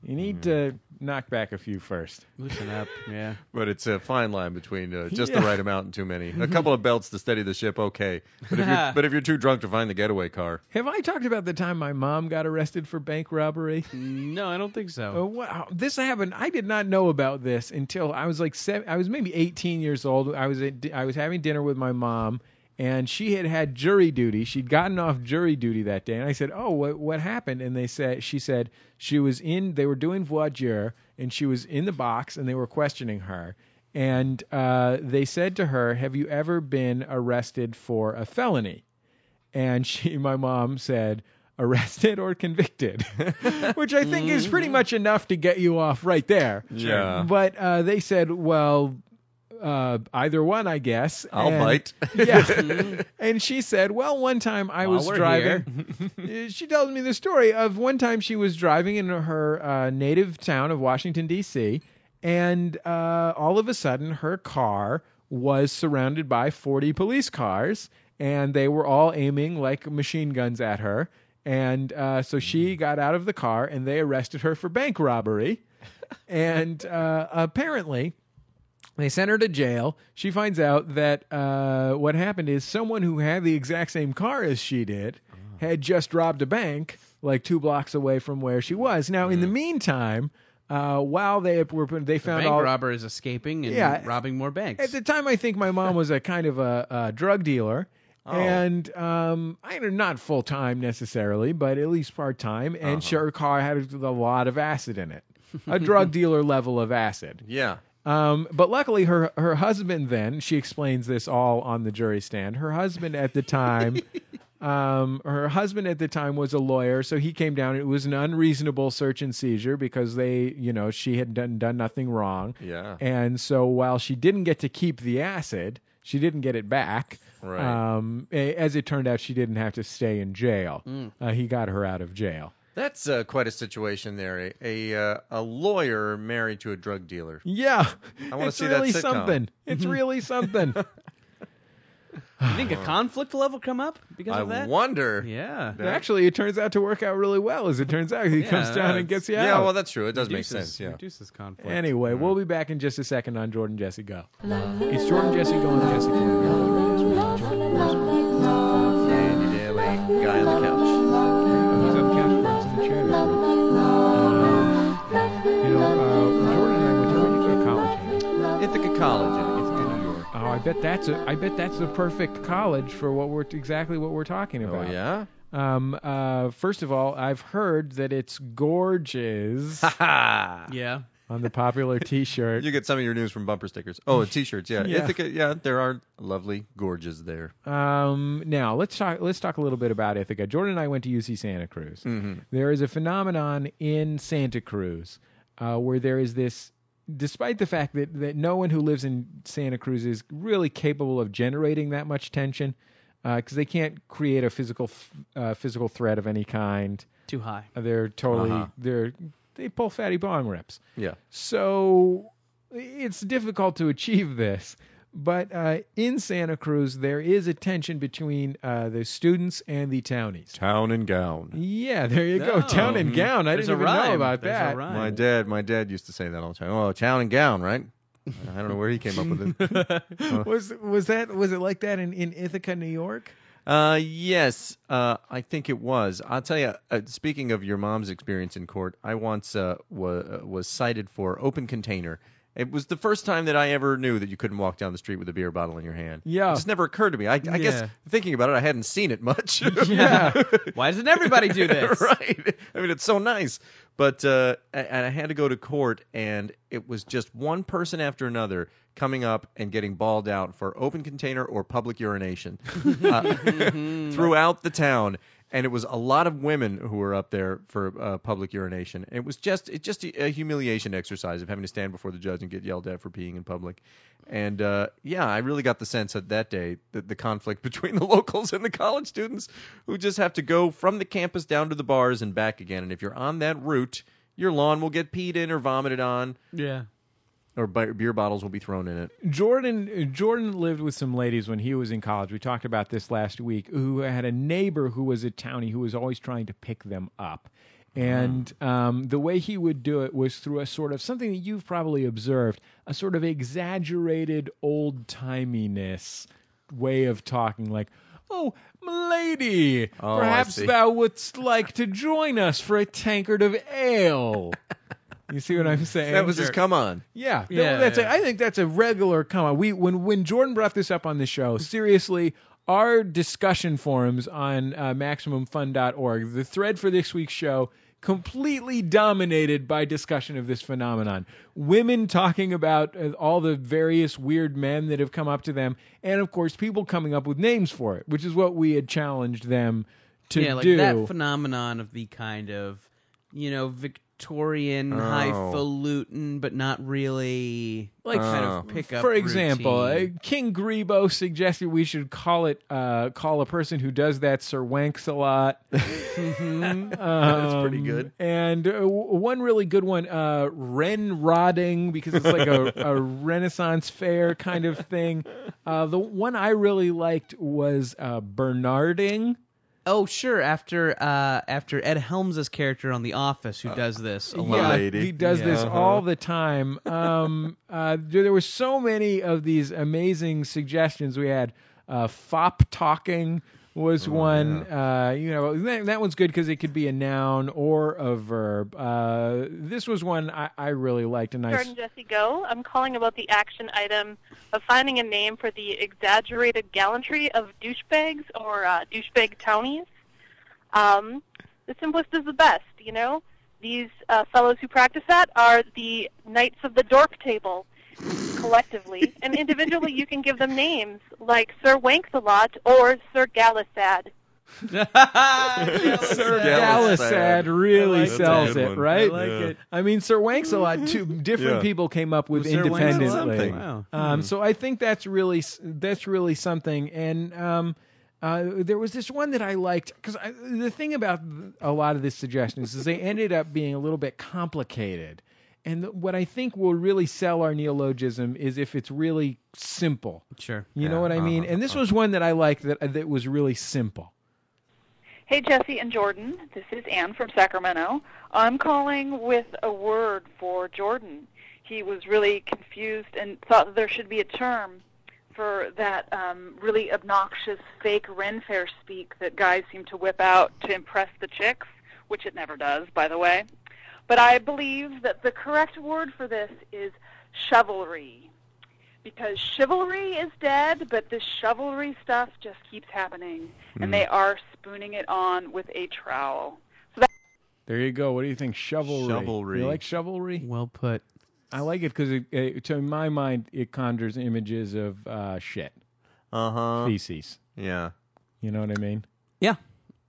S3: You need to knock back a few first.
S4: Mm. Loosen up. Yeah.
S5: But it's a fine line between uh, just
S3: Yeah.
S5: the right amount and too many. A couple of belts to steady the ship, okay. But if you're, but if you're too drunk to find the getaway car,
S3: Have I talked about the time my mom got arrested for bank robbery?
S4: No, I don't think
S3: Oh,
S4: so.
S3: wow. This happened. I did not know about this until I was like seven. I was maybe 18 years old. I was at, di- I was having dinner with my mom, and she had had jury duty. She'd gotten off jury duty that day, and I said, "Oh, what what happened?" And they said she said she was in. They were doing voir dire, and she was in the box, and they were questioning her. And uh, they said to her, "Have you ever been arrested for a felony?" and she my mom said arrested or convicted which i think is pretty much enough to get you off right there
S5: Mm-hmm. Yeah.
S3: but uh, they said well uh, either one i guess
S5: I'll
S3: And-
S5: bite.
S3: yeah Mm-hmm. and she said well one time i
S4: Mm-hmm. While
S3: was
S4: we're
S3: driving Uh, she tells me the story of one time she was driving in her uh, native town of Washington D.C. and uh, all of a sudden her car was surrounded by 40 police cars and they were all aiming like machine guns at her and uh, so she
S4: Mm.
S3: got out of the car and they arrested her for bank robbery and uh, apparently they sent her to jail. She finds out that uh, what happened is someone who had the exact same car as she did
S4: Ah.
S3: had just robbed a bank like two blocks away from where she was. Now, in the meantime, uh, while they were they
S4: Mm. The
S3: found
S4: bank
S3: all
S4: robber is escaping and
S3: Yeah.
S4: robbing more banks.
S3: at the time, I think my mom was a kind of a, a drug dealer. And um, I don't not full time necessarily, but at least part time. And
S5: Uh-huh.
S3: her car had a lot of acid in it, a drug dealer level of acid.
S5: yeah.
S3: Um, but luckily, her her husband then she explains this all on the jury stand. Her husband at the time, um, her husband at the time was a lawyer, so he came down. It was an unreasonable search and seizure because they, you know, she had done done nothing wrong,
S5: Yeah.
S3: and so while she didn't get to keep the acid, she didn't get it back.
S5: Right.
S3: Um, a- as it turned out, she didn't have to stay in jail.
S5: Mm.
S3: Uh, he got her out of jail.
S5: That's uh, quite a situation there. A a, uh, a lawyer married to a drug dealer.
S3: Yeah,
S5: I wanna
S3: it's
S5: see that
S3: really
S5: sitcom.
S3: something. It's really something.
S4: Mm-hmm.
S3: Uh-huh.
S4: you think a conflict level come up because
S5: I
S4: of that?
S5: wonder.
S4: yeah.
S5: Yeah.
S3: Actually, it turns out to work out really well. As it turns out, he
S4: Yeah,
S3: comes down
S4: that's-
S3: and gets you
S5: Yeah,
S3: out.
S5: well, that's true. It does
S4: reduces,
S5: make sense. Yeah.
S4: Reduces conflict.
S3: anyway, we'll be back in just a second on Jordan Jesse Go. It's Jordan Jesse Go and Jesse
S5: Andy Daly, guy on the couch.
S3: He's on the couch, Jordan's in the chair. This week. Um, you know, uh, Jordan and I went to where did you go to college. Andy?
S5: Ithaca College in Ithaca, New York.
S3: Oh, I bet that's a I bet that's the perfect college for what we're exactly what we're talking
S5: Oh,
S3: about.
S5: yeah?
S3: Um. Uh. First of all, I've heard that it's gorgeous
S5: Ha ha!
S4: Yeah.
S3: on the popular T-shirt.
S5: You get some of your news from bumper stickers. Oh, and t-shirts, yeah.
S3: Yeah.
S5: Ithaca, yeah, there are lovely gorges there.
S3: Um, now let's talk. Let's talk a little bit about Ithaca. Jordan and I went to UC Santa Cruz. There is a phenomenon in Santa Cruz uh, where there is this, despite the fact that that no one who lives in Santa Cruz is really capable of generating that much tension, because they can't create a physical f- uh, physical threat of any kind.
S4: Too high.
S3: They're totally
S5: Uh-huh.
S3: they're they pull fatty bong rips.
S5: Yeah.
S3: So it's difficult to achieve this. But uh, in Santa Cruz, there is a tension between uh, the students and the townies.
S5: Town and gown.
S3: Yeah, there you go.
S4: Oh.
S3: Town and gown. I
S4: There's
S3: didn't
S4: a
S3: even
S4: rhyme.
S3: know about
S4: There's
S3: that.
S4: A rhyme.
S5: My dad, my dad used to say that all the time. Oh, town and gown, right? I don't know where he came up with it.
S3: Was was that was it like that in, in Ithaca, New York?
S5: Uh, yes, uh, I think it was. I'll tell you. Uh, speaking of your mom's experience in court, I once uh, wa- uh, was cited for open container. It was the first time that I ever knew that you couldn't walk down the street with a beer bottle in your hand.
S3: Yeah.
S5: it just never occurred to me. I, I
S3: Yeah.
S5: guess thinking about it, I hadn't seen it much.
S3: Yeah.
S4: Why doesn't everybody do this?
S5: right. I mean, it's so nice. But uh, and I had to go to court, and it was just one person after another coming up and getting balled out for open container or public urination uh,
S2: Mm,
S5: throughout the town. And it was a lot of women who were up there for uh, public urination. It was just it just a, a humiliation exercise of having to stand before the judge and get yelled at for peeing in public. And uh, yeah, I really got the sense at that day that the conflict between the locals and the college students who just have to go from the campus down to the bars and back again. And if you're on that route, your lawn will get peed in or vomited on,
S4: Yeah.
S5: or bi- beer bottles will be thrown in it.
S3: Jordan Jordan lived with some ladies when he was in college. We talked about this last week. Who had a neighbor who was a townie who was always trying to pick them up, And
S5: Mm-hmm.
S3: um, the way he would do it was through a sort of something that you've probably observed, a sort of exaggerated old timiness way of talking, like, "Oh, milady,
S5: Oh, I
S3: perhaps
S5: see.
S3: thou wouldst like to join us for a tankard of ale." you see what I'm saying?
S5: That was his come on.
S3: Yeah, th-
S4: Yeah,
S3: that's
S4: yeah.
S3: A, I think that's a regular comma. We when when Jordan brought this up on the show, seriously, our discussion forums on uh, maximumfun.org, the thread for this week's show completely dominated by discussion of this phenomenon. Women talking about uh, all the various weird men that have come up to them and of course people coming up with names for it, which is what we had challenged them to
S4: yeah, like
S3: do.
S4: that phenomenon of the kind of, you know, Victorian
S5: Oh.
S4: highfalutin, but not really
S3: Like,
S4: kind
S5: Oh.
S4: of pickup.
S3: For example,
S4: routine.
S3: uh, King Grebo suggested we should call it uh, call a person who does that Sir Wanks-a-Lot.
S5: That's pretty
S3: Um,
S5: good.
S3: And uh, w- one really good one, uh, Ren Rodding, because it's like a, a Renaissance fair kind of thing. Uh, the one I really liked was uh, Bernarding.
S4: oh sure, after uh, after Ed Helms' character on The Office, who does this a lot.
S3: Uh, yeah,
S5: lady.
S3: He does this
S5: Yeah.
S3: all the time. Um, uh, there there were so many of these amazing suggestions we had. Uh, fop talking
S5: Oh,
S3: was one. Uh, you know, that, that one's good because it could be a noun or a verb. Uh, this was one I, I really liked, and I
S11: Jordan Jesse Go. I'm calling about the action item of finding a name for the exaggerated gallantry of douchebags or uh, douchebag townies. Um, the simplest is the best, you know. These uh, fellows who practice that are the knights of the dork table, collectively. and individually, you can give them names like Sir Wanks-a-Lot or Sir Galasad.
S3: Sir
S5: Galasad.
S3: Galasad really
S5: I like
S3: sells
S5: that
S3: it,
S5: one.
S3: right?
S5: I like Yeah. it.
S3: I mean, Sir Wanks a lot. Two different
S5: Yeah.
S3: people came up with
S4: Sir Wanks-a-Lot?
S3: independently.
S4: Wow. Hmm.
S3: Um, So I think that's really that's really something. And um, uh, there was this one that I liked because the thing about a lot of these suggestions is they ended up being a little bit complicated. And what I think will really sell our neologism is if it's really simple.
S4: Sure. Uh-huh.
S3: You know what I mean? And this was one that I liked that that was really simple.
S11: Hey, Jesse and Jordan. This is Ann from Sacramento. I'm calling with a word for Jordan. He was really confused and thought that there should be a term for that um, really obnoxious fake Ren Fair speak that guys seem to whip out to impress the chicks, which it never does, by the way. But I believe that the correct word for this is chivalry. Because chivalry is dead, but this chivalry stuff just keeps happening and they are spooning it on with a trowel.
S3: There you go. What do you think? Shovelry.
S5: Shovelry.
S3: You like shovelry?
S4: Well put.
S3: I like it because it, it, to my mind, it conjures images of uh, shit,
S5: Uh huh.
S3: feces.
S5: Yeah.
S3: You know what I mean?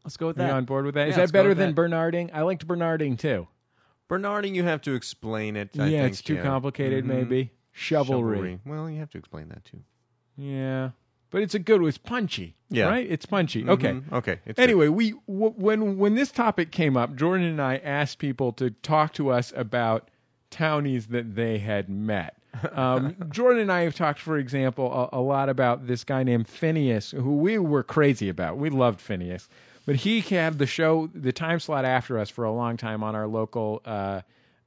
S4: Let's go with
S3: Are you
S4: that.
S3: on board with that? Is
S4: Yeah, let's
S3: that
S4: go
S3: better
S4: with
S3: than
S4: that.
S3: Bernarding? I liked Bernarding too.
S5: Bernarding, you have to explain it. I
S3: yeah,
S5: think,
S3: it's too
S5: yeah.
S3: complicated,
S5: Mhm.
S4: Mm-hmm.
S3: maybe. Shovelry.
S5: Well, you have to explain that too.
S3: Yeah, but it's a good. one. It's punchy.
S5: Yeah.
S3: Right. It's punchy. Okay.
S5: Mhm. Okay. It's good.
S3: Anyway, we w- when when this topic came up, Jordan and I asked people to talk to us about townies that they had met. Um, Jordan and I have talked, for example, a, a lot about this guy named Phineas, who we were crazy about. We loved Phineas, but he had the show, the time slot after us for a long time on our local. Uh,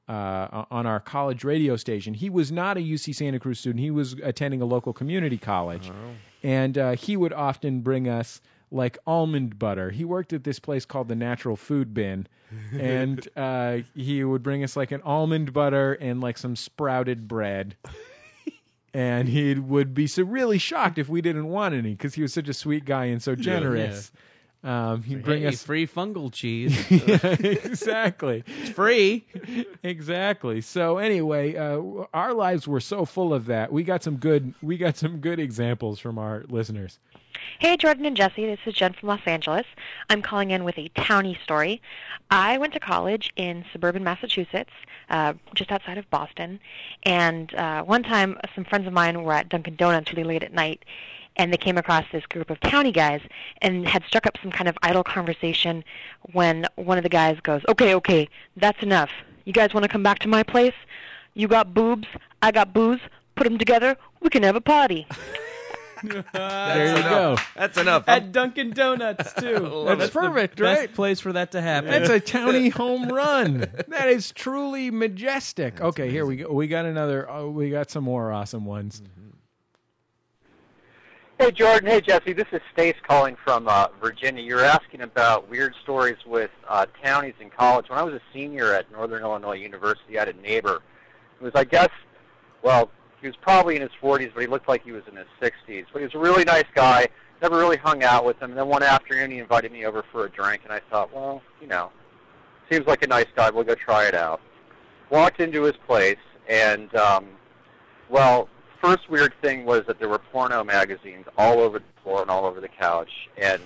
S3: uh, on our college radio station. He was not a UC Santa Cruz student. He was attending a local community college,
S5: Oh.
S3: and uh, he would often bring us like almond butter. He worked at this place called the Natural Food Bin, and uh, he would bring us like an almond butter and like some sprouted bread. And he would be so really shocked if we didn't want any because he was such a sweet guy and so generous. Um, he'd bring
S4: Hey,
S3: us
S4: free fungal cheese.
S3: yeah, exactly.
S4: free.
S3: exactly. So anyway, uh, our lives were so full of that. We got some good. We got some good examples from our listeners.
S12: Hey, Jordan and Jesse, this is Jen from Los Angeles. I'm calling in with a towny story. I went to college in suburban Massachusetts, uh, just outside of Boston, and uh, one time some friends of mine were at Dunkin' Donuts really late at night, and they came across this group of towny guys and had struck up some kind of idle conversation when one of the guys goes, Okay, okay, that's enough. You guys want to come back to my place? You got boobs, I got booze, put 'em together, we can have a party.
S3: there you go.
S5: That's enough.
S4: At Dunkin' Donuts too.
S3: That's
S4: the
S3: perfect,
S4: best
S3: right?
S4: place for that to happen.
S3: That's a towny home run. That is truly majestic. okay, here we go. We got another. Oh, we got some more awesome ones.
S13: Hey, Jordan. Hey, Jesse. This is Stace calling from uh, Virginia. You were asking about weird stories with uh, townies in college. When I was a senior at Northern Illinois University, I had a neighbor who was, I guess, well, he was probably in his 40s, but he looked like he was in his 60s. But he was a really nice guy. Never really hung out with him. And then one afternoon, he invited me over for a drink, and I thought, well, you know, seems like a nice guy. We'll go try it out. Walked into his place, and um, well, first weird thing was that there were porno magazines all over the floor and all over the couch, and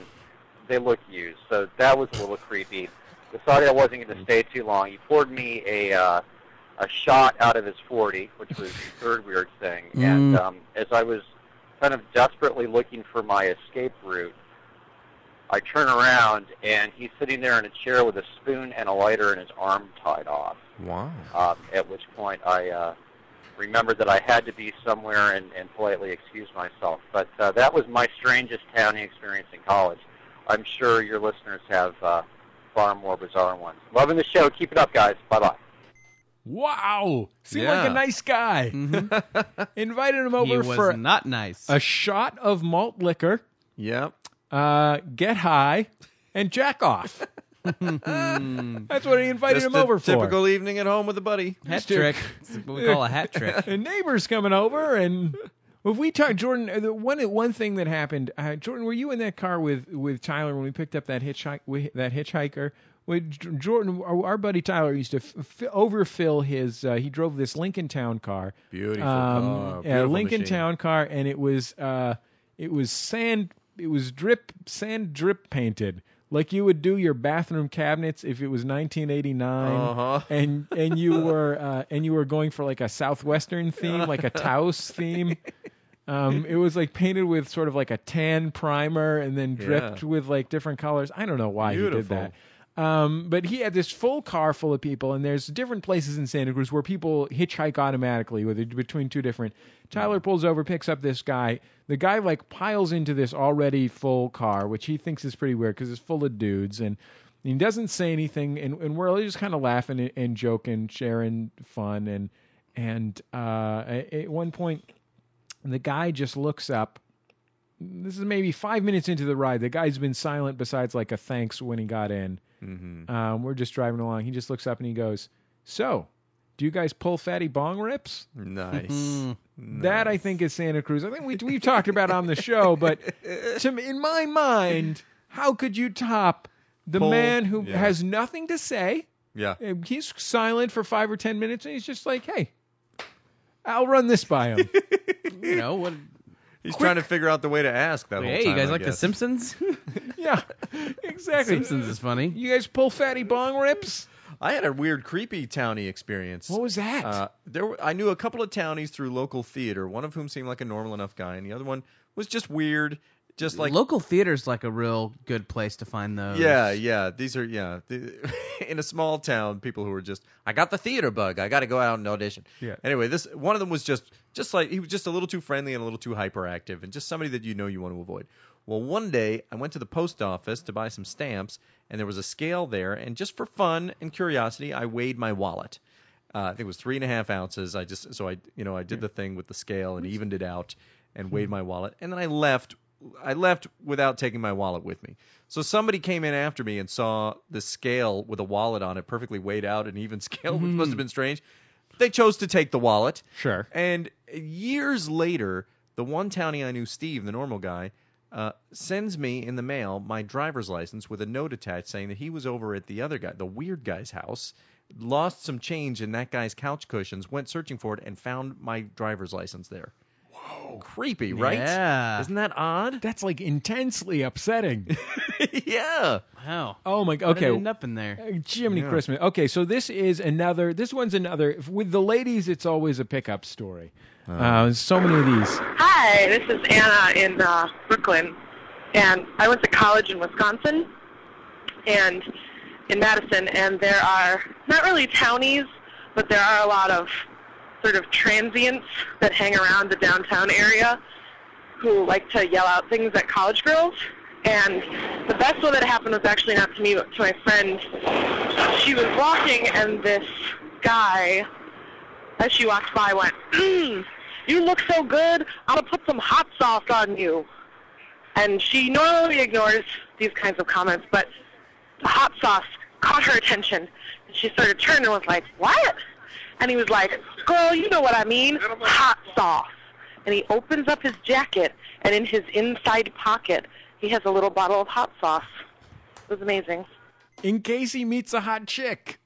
S13: they looked used. So that was a little creepy. Decided I wasn't going to stay too long. He poured me a uh, a shot out of his 40, which was the third weird thing. And
S1: Mm.
S13: um, as I was kind of desperately looking for my escape route, I turn around and he's sitting there in a chair with a spoon and a lighter and his arm tied off.
S5: Wow.
S13: Um, at which point I uh, remembered that I had to be somewhere and, and politely excuse myself. But uh, that was my strangest townie experience in college. I'm sure your listeners have uh, far more bizarre ones. Loving the show. Keep it up, guys. Bye bye.
S3: Wow, seemed like
S13: Yeah.
S3: a nice guy. Mm-hmm. Invited him over
S4: He was
S3: for
S4: not nice.
S3: a shot of malt liquor.
S5: Yep.
S3: Uh, get high and jack off. That's what he invited
S5: Just
S3: him
S5: a
S3: over for.
S5: Typical e- evening at home with a buddy.
S4: Hat trick. It's what we call a hat trick.
S3: and neighbors coming over and if we talk Jordan uh, the one one thing that happened uh, Jordan were you in that car with with Tyler when we picked up that hitchhike we, that hitchhiker with J- Jordan our, our buddy Tyler used to f- f- overfill his uh, he drove this Lincoln Town car
S5: Beautiful car,
S3: yeah,
S5: beautiful
S3: Um, Lincoln
S5: machine.
S3: Town car and it was uh it was sand it was drip sand drip painted like you would do your bathroom cabinets if it was 1989
S5: Uh-huh.
S3: and and you were uh, and you were going for like a southwestern theme, like a Taos theme. Um, it was like painted with sort of like a tan primer and then dripped
S5: Yeah.
S3: with like different colors. I don't know why he did
S5: Beautiful.
S3: that. Um, but he had this full car full of people, and there's different places in Santa Cruz where people hitchhike automatically with between two different. Tyler pulls over, picks up this guy. The guy like piles into this already full car, which he thinks is pretty weird because it's full of dudes, and he doesn't say anything, and, and we're all just kind of laughing and, and joking, sharing fun, and and uh, at at one point, the guy just looks up. This is maybe five minutes into the ride. The guy's been silent besides like a thanks when he got in.
S5: Mm-hmm.
S3: Um, we're just driving along. He just looks up and he goes, "So, do you guys pull fatty bong rips?"
S5: Nice.
S3: That I think is Santa Cruz. I think we we've talked about it on the show, but to me- in my mind, how could you top the
S5: Pull-
S3: man who
S5: yeah.
S3: has nothing to say?
S5: Yeah.
S3: Uh, He's silent for five or ten minutes, and he's just like, "Hey, I'll run this by him."
S4: You know what?
S5: He's trying to figure out the way to ask that whole
S4: Hey,
S5: time.
S4: you guys
S5: I
S4: like The
S5: guess.
S4: Simpsons?
S3: yeah, exactly.
S4: Simpsons is funny.
S3: You guys pull fatty bong rips?
S5: I had a weird, creepy townie experience.
S3: What was that?
S5: Uh, there, were, I knew a couple of townies through local theater. One of whom seemed like a normal enough guy, and the other one was just weird, just like
S4: local theater's like a real good place to find those.
S5: Yeah, yeah. These are yeah. The, in a small town, people who are just I got the theater bug. I got to go out and audition.
S3: Yeah.
S5: Anyway, this one of them was just just like he was just a little too friendly and a little too hyperactive and just somebody that you know you want to avoid. Well, one day I went to the post office to buy some stamps and there was a scale there and just for fun and curiosity I weighed my wallet. Uh, I think it was three and a half ounces. I just so I you know I did the thing with the scale and evened it out and weighed my wallet and then I left. I left without taking my wallet with me. So somebody came in after me and saw the scale with a wallet on it, perfectly weighed out and even scale, which must have been strange. They chose to take the wallet.
S3: Hmm. Sure.
S5: And years later, the one townie I knew, Steve, the normal guy, uh, sends me in the mail my driver's license with a note attached saying that he was over at the other guy, the weird guy's house, lost some change in that guy's couch cushions, went searching for it, and found my driver's license there. Whoa. Creepy, right?
S4: Yeah.
S5: Isn't that odd?
S3: That's like intensely upsetting.
S5: yeah.
S4: Wow.
S3: Oh my.
S4: How did it
S3: Okay.
S4: end up in there.
S3: Uh, Jiminy
S5: Yeah.
S3: Christmas. Okay, so this is another. This one's another. if- With the ladies, it's always a pickup story. Uh, so many of these.
S14: Hi, this is Anna in uh, Brooklyn, and I went to college in Wisconsin, and in Madison, and there are not really townies, but there are a lot of sort of transients that hang around the downtown area, who like to yell out things at college girls. And the best one that happened was actually not to me, but to my friend. She was walking, and this guy, as she walked by, went, mm, "You look so good. I'm gonna put some hot sauce on you." And she normally ignores these kinds of comments, but the hot sauce caught her attention. And she started turning and was like, "What?" And he was like, "Girl, you know what I mean, hot sauce." And he opens up his jacket, and in his inside pocket, he has a little bottle of hot sauce. It was amazing.
S3: In case he meets a hot chick.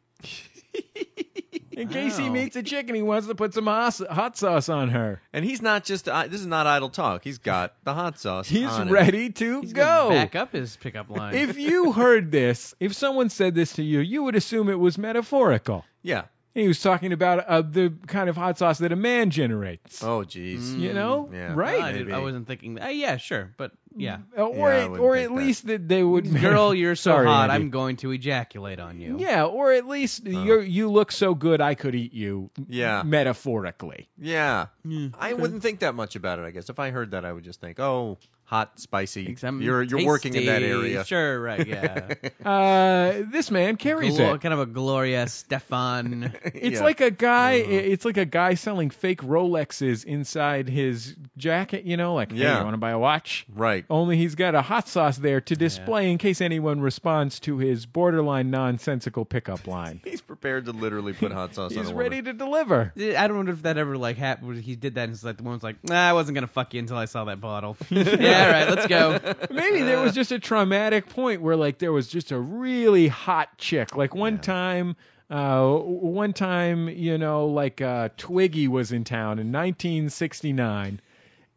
S3: In case he
S5: Wow.
S3: meets a chick and he wants to put some os- hot sauce on her.
S5: And he's not just. Uh, this is not idle talk. He's got the hot sauce.
S3: He's
S5: on him.
S3: ready to go.
S4: Back up his pickup line.
S3: If you heard this, if someone said this to you, you would assume it was metaphorical.
S5: Yeah.
S3: He was talking about uh, the kind of hot sauce that a man generates.
S5: Oh, jeez.
S3: You know?
S5: Yeah.
S3: Right.
S4: Mm, I, did, I wasn't thinking. that. Uh, yeah, sure, but yeah.
S3: Uh, or
S4: Yeah, I wouldn't
S3: or at least that they would.
S4: Girl, you're so
S3: Sorry,
S4: hot.
S3: Andy.
S4: I'm going to ejaculate on you.
S3: Yeah, or at least you you look so good I could eat you.
S5: Yeah.
S3: Metaphorically.
S5: Yeah. I
S3: okay.
S5: wouldn't think that much about it. I guess if I heard that, I would just think, oh, hot, spicy.
S4: Exam-
S5: Mm, you're you're working in that
S4: tasty.
S5: area.
S4: Sure, right, yeah.
S3: Uh, this man carries
S4: Glo-
S3: it.
S4: Kind of a Gloria Stefan.
S3: It's like a guy.
S5: Mm-hmm.
S3: It's like a guy selling fake Rolexes inside his jacket. You know, like, hey,
S5: Yeah.
S3: you want to buy a watch?
S5: Right.
S3: Only he's got a hot sauce there to display in case anyone responds to his borderline nonsensical pickup line.
S5: He's prepared to literally put hot sauce on a
S3: he's
S5: woman.
S3: ready to deliver.
S4: I don't know if that ever like happened. He did that, and it's like the woman's like, "Nah, I wasn't gonna fuck you until I saw that bottle." yeah, all right, let's go.
S3: Maybe there was just a traumatic point where like there was just a really hot chick. Like one time, uh, one time, you know, like uh, Twiggy was in town in 1969.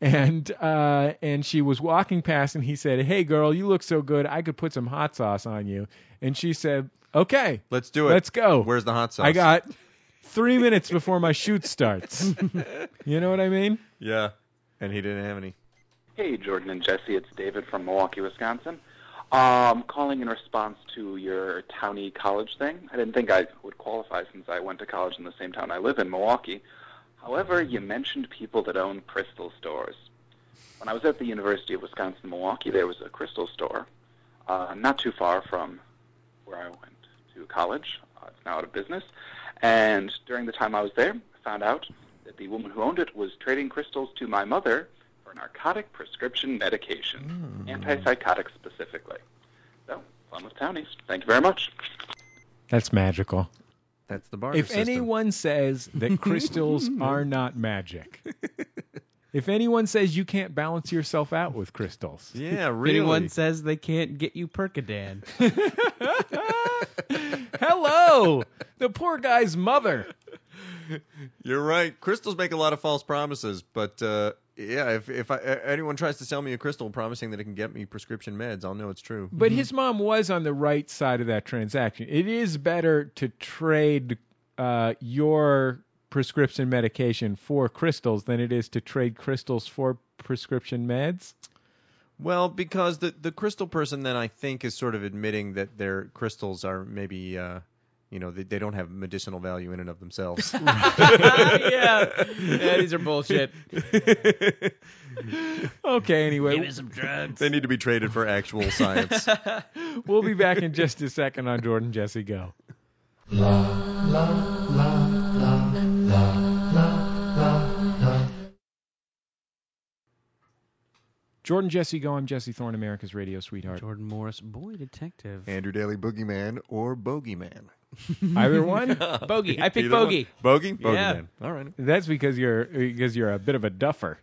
S3: And uh, and she was walking past, and he said, "Hey, girl, you look so good. I could put some hot sauce on you." And she said, "Okay,
S5: Let's do it.
S3: Let's go.
S5: Where's the hot sauce?
S3: I got three minutes before my shoot starts. you know what I mean?
S5: Yeah. And he didn't have any.
S15: Hey, Jordan and Jesse, it's David from Milwaukee, Wisconsin. Um, calling in response to your towny college thing. I didn't think I would qualify since I went to college in the same town I live in, Milwaukee. However, you mentioned people that own crystal stores. When I was at the University of Wisconsin Milwaukee, there was a crystal store uh, not too far from where I went to college. Uh, it's now out of business. And during the time I was there, I found out that the woman who owned it was trading crystals to my mother for narcotic prescription medication, antipsychotics specifically. So, fun with townies. Thank you very much.
S3: That's magical.
S5: That's the barter
S3: if
S5: system.
S3: anyone says that crystals are not magic, if anyone says you can't balance yourself out with crystals,
S5: Yeah,
S4: If Anyone says they can't get you Percodan.
S3: Hello, Oh, the poor guy's mother.
S5: You're right. Crystals make a lot of false promises, but uh, yeah, if if I, a- anyone tries to sell me a crystal promising that it can get me prescription meds, I'll know it's true.
S3: But his mom was on the right side of that transaction. It is better to trade uh, your prescription medication for crystals than it is to trade crystals for prescription meds.
S5: Well, because the the crystal person then I think is sort of admitting that their crystals are maybe uh, you know they, they don't have medicinal value in and of themselves.
S4: yeah. yeah, these are bullshit.
S3: Okay, anyway.
S5: they need to be traded for actual science.
S3: We'll be back in just a second on Jordan Jesse Go. Jordan Jesse Go, I'm Jesse Thorne, America's radio sweetheart.
S4: Jordan Morris, boy detective.
S5: Andrew Daly, boogeyman or bogeyman?
S3: Either one?
S4: Bogey. I picked
S5: Either one.
S4: Bogey.
S5: Bogey, bogeyman.
S4: Yeah.
S5: All right.
S3: That's because you're because you're a bit of a duffer.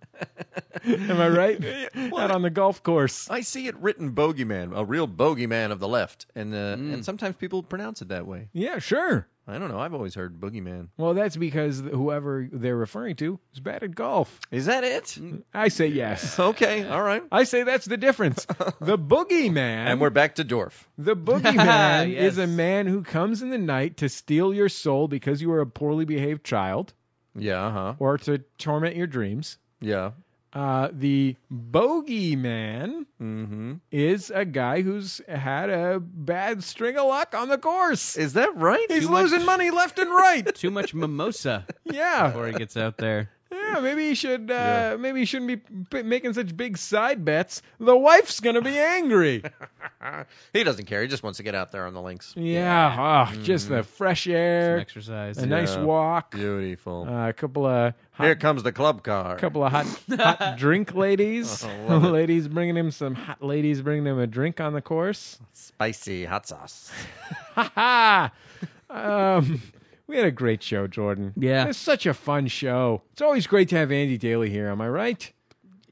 S3: Am I right? Out on the golf course.
S5: I see it written bogeyman, a real bogeyman of the left, and uh,
S4: Mm.
S5: and sometimes people pronounce it that way.
S3: Yeah, sure.
S5: I don't know. I've always heard boogeyman.
S3: Well, that's because whoever they're referring to is bad at golf.
S5: Is that it?
S3: I say yes.
S5: Okay, all right.
S3: I say that's the difference. The boogeyman.
S5: And we're back to Dorf.
S3: The boogeyman
S4: Yes.
S3: is a man who comes in the night to steal your soul because you are a poorly behaved child
S5: Yeah, uh huh.
S3: or to torment your dreams.
S5: Yeah.
S3: Uh, the bogeyman
S5: Mm-hmm.
S3: is a guy who's had a bad string of luck on the course.
S5: Is that right?
S3: He's
S4: much-
S3: losing money left and right.
S4: Too much mimosa
S3: yeah.
S4: before he gets out there.
S3: Yeah, maybe you should. Uh, Maybe you shouldn't be p- making such big side bets. The wife's gonna be angry.
S5: he doesn't care. He just wants to get out there on the links.
S3: Yeah, ah, just the fresh air,
S5: Mm. Some
S4: exercise,
S3: a nice
S5: Yeah. Oh.
S3: walk,
S5: Beautiful.
S3: uh, a couple of
S5: Here comes the club car.
S3: couple of hot,
S4: Uh,
S3: hot drink ladies,
S5: Oh, love it.
S3: ladies bringing him some hot ladies bringing him a drink on the course.
S5: Spicy hot sauce.
S3: Ha ha! Um, we had a great show, Jordan. Yeah, it's such a fun show. It's always great to have Andy Daly here. Am I right?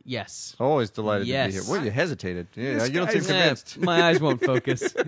S4: Yes.
S5: Always delighted
S3: Yes.
S5: to be here. Well, you hesitated. Yeah,
S3: This
S5: you don't
S3: guy
S5: seem
S3: is-
S5: convinced.
S3: Yeah, my eyes won't
S4: focus.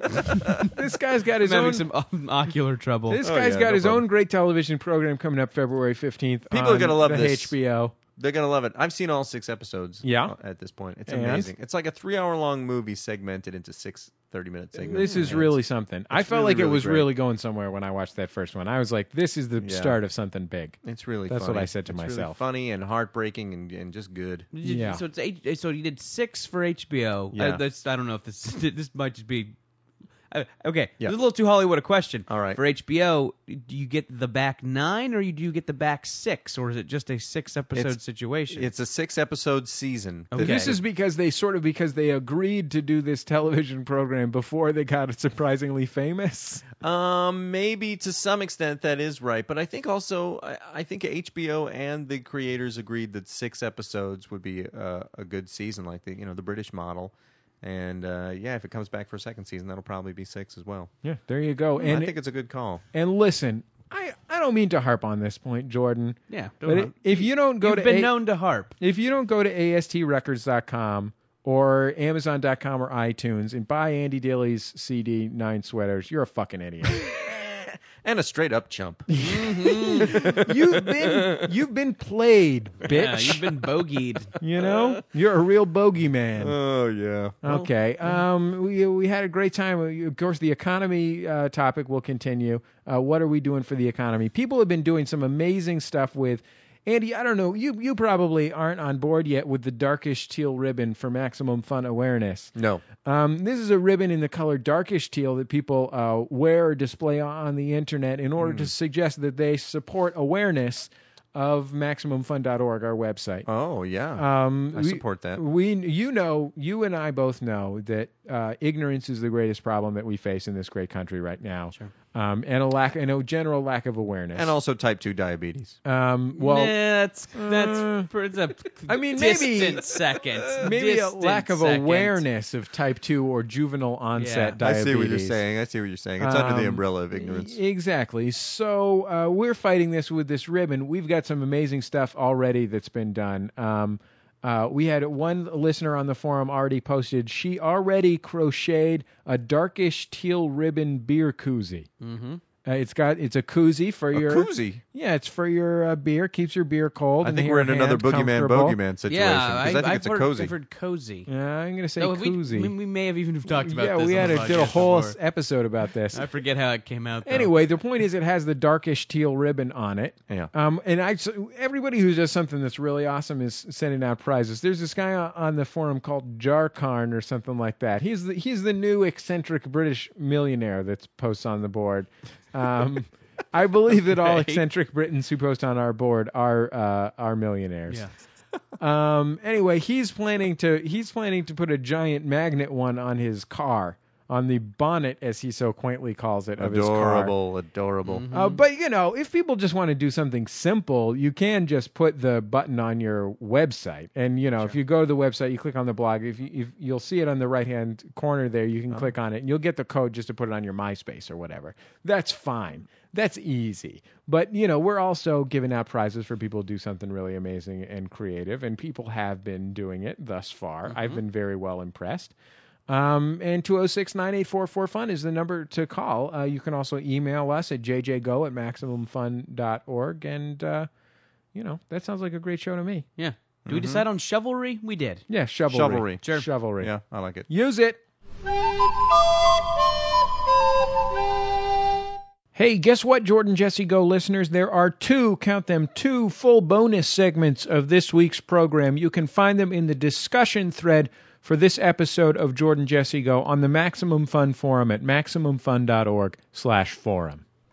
S3: This guy's got his
S4: I'm
S3: own.
S4: having some um, ocular trouble.
S5: Oh,
S3: This guy's got his own great television program coming up February 15th.
S5: People are
S3: on
S5: gonna love
S3: the
S5: this. Oh,
S3: HBO.
S5: They're gonna love it. I've seen all six episodes.
S3: Yeah?
S5: At this point, it's
S3: And?
S5: amazing. It's like a three-hour-long movie segmented into six 30-minute segments.
S3: This is
S5: And
S3: really something. I
S5: it's
S3: felt
S5: really,
S3: like
S5: really
S3: it was
S5: great.
S3: really going somewhere when I watched that first one. I was like, this is the
S5: Yeah.
S3: start of something big.
S5: It's really
S3: That's
S5: funny.
S3: what I said to
S5: It's really
S3: myself.
S5: funny and heartbreaking and, and just good.
S3: Yeah.
S4: So it's eight, so you did six for HBO.
S5: Yeah.
S4: I, that's, I don't know if this this might just be. Uh, okay, this is a little too Hollywood a question. All right. For HBO, do you get the back nine or you do you get the back six, or is it just a six episode
S5: It's-
S4: situation?
S5: It's a six-episode season.
S4: Okay.
S3: This is because they sort of because they agreed to do this television program before they got surprisingly famous.
S5: Um, maybe to some extent that is right, but I think also I, I think HBO and the creators agreed that six episodes would be a, a good season, like the you know the British model. And uh, yeah, if it comes back for a second season, that'll probably be six as well.
S3: Yeah, there you go.
S5: Hmm, I
S3: Oh, And
S5: think it's a good call.
S3: and listen, I I don't mean to harp on this point, Jordan.
S4: Yeah,
S3: But i- if you don't go
S4: You've
S3: to
S4: been
S3: A-
S4: known to harp.
S3: If you don't go to astrecords.com or amazon.com or iTunes and buy Andy Daly's CD Nine Sweaters, you're a fucking idiot.
S5: And a straight up chump.
S3: you've been you've been played, bitch.
S4: Yeah, you've been bogeyed.
S3: You know, you're a real bogeyman.
S5: Oh yeah.
S3: Okay. Um, we we had a great time. We- Of course, the economy uh, topic will continue. Uh, what are we doing for the economy? People have been doing some amazing stuff with. Andy, I don't know. You you probably aren't on board yet with the darkish teal ribbon for maximum fun awareness.
S5: No.
S3: Um, this is a ribbon in the color darkish teal that people uh, wear or display on the internet in
S5: Hmm.
S3: order to suggest that they support awareness of maximumfun.org, our website.
S5: Oh yeah.
S3: Um,
S5: I
S3: we-
S5: support that.
S3: We, you know, you and I both know that uh, ignorance is the greatest problem that we face in this great country right now, sure. um, and a lack, and a general lack of awareness.
S5: And also type two diabetes.
S3: um, well, uh,
S4: Nah, that's that's pr- it's a
S3: I mean, maybe-
S4: distant second.
S3: maybe a
S4: Distant
S3: lack of
S4: second.
S3: awareness of type two or juvenile onset
S5: I
S3: diabetes.
S5: see what you're saying. I see what you're saying. It's under the
S3: Um,
S5: umbrella of ignorance.
S3: Exactly. So uh, we're fighting this with this ribbon. We've got some amazing stuff already that's been done. Um, uh, we had one listener on the forum already posted. She already crocheted a darkish teal ribbon beer koozie.
S4: Mm-hmm.
S3: Uh, it's got it's a koozie for your
S5: koozie?
S3: Yeah, it's for your uh, beer. Keeps your beer cold.
S5: I
S3: and
S5: think
S3: your
S5: we're in another
S3: hand
S5: boogeyman
S3: comfortable.
S5: boogeyman situation
S4: Yeah,
S5: because I, think
S4: I've
S5: it's a
S4: heard,
S5: cozy.
S4: I've heard cozy.
S3: Yeah, I'm gonna say
S4: No, we-
S3: koozie.
S4: We, we may have even have talked about
S3: yeah,
S4: this.
S3: we
S4: on
S3: had
S4: the
S3: a, did a
S4: podcast
S3: whole
S4: before.
S3: s- episode about this.
S4: I forget how it came out. Though.
S3: Anyway, the point is, it has the darkish teal ribbon on it.
S5: Yeah.
S3: Um, and I, so everybody who does something that's really awesome is sending out prizes. There's this guy on- on the forum called Jarkarn or something like that. He's the he's the new eccentric British millionaire that posts on the board. Um, I believe that all
S4: Right.
S3: eccentric Britons who post on our board are uh, are millionaires. Yeah. Um, anyway, he's planning to he's planning to put a giant magnet one on his car, on the bonnet, as he so quaintly calls it, of his car.
S5: adorable, adorable. Mm-hmm.
S3: Uh, but you know, if people just want to do something simple, you can just put the button on your website. And you know, if you go to the website, you click on the blog. If, you, if you'll see it on the right hand corner there, you can click on it, and you'll get the code just to put it on your MySpace or whatever. That's fine. That's easy. But you know, we're also giving out prizes for people to do something really amazing and creative, and people have been doing it thus far.
S5: Mm-hmm.
S3: I've been very well impressed. Um, and 206 9844 FUN is the number to call. Uh, you can also email us at jjgo at maximumfun.org. And, uh, you know, that sounds like a great show to me.
S4: yeah. Do
S3: Mm-hmm.
S4: we decide on chivalry? We did.
S3: Yeah, shovelry.
S5: Shovelry.
S3: Sure. Shovelry.
S5: Yeah, I like it.
S3: Use it. Hey, guess what, Jordan Jesse Go listeners? There are two, count them, two full bonus segments of this week's program. You can find them in the discussion thread for this episode of Jordan Jesse Go on the Maximum Fun Forum at maximumfun.org slash forum.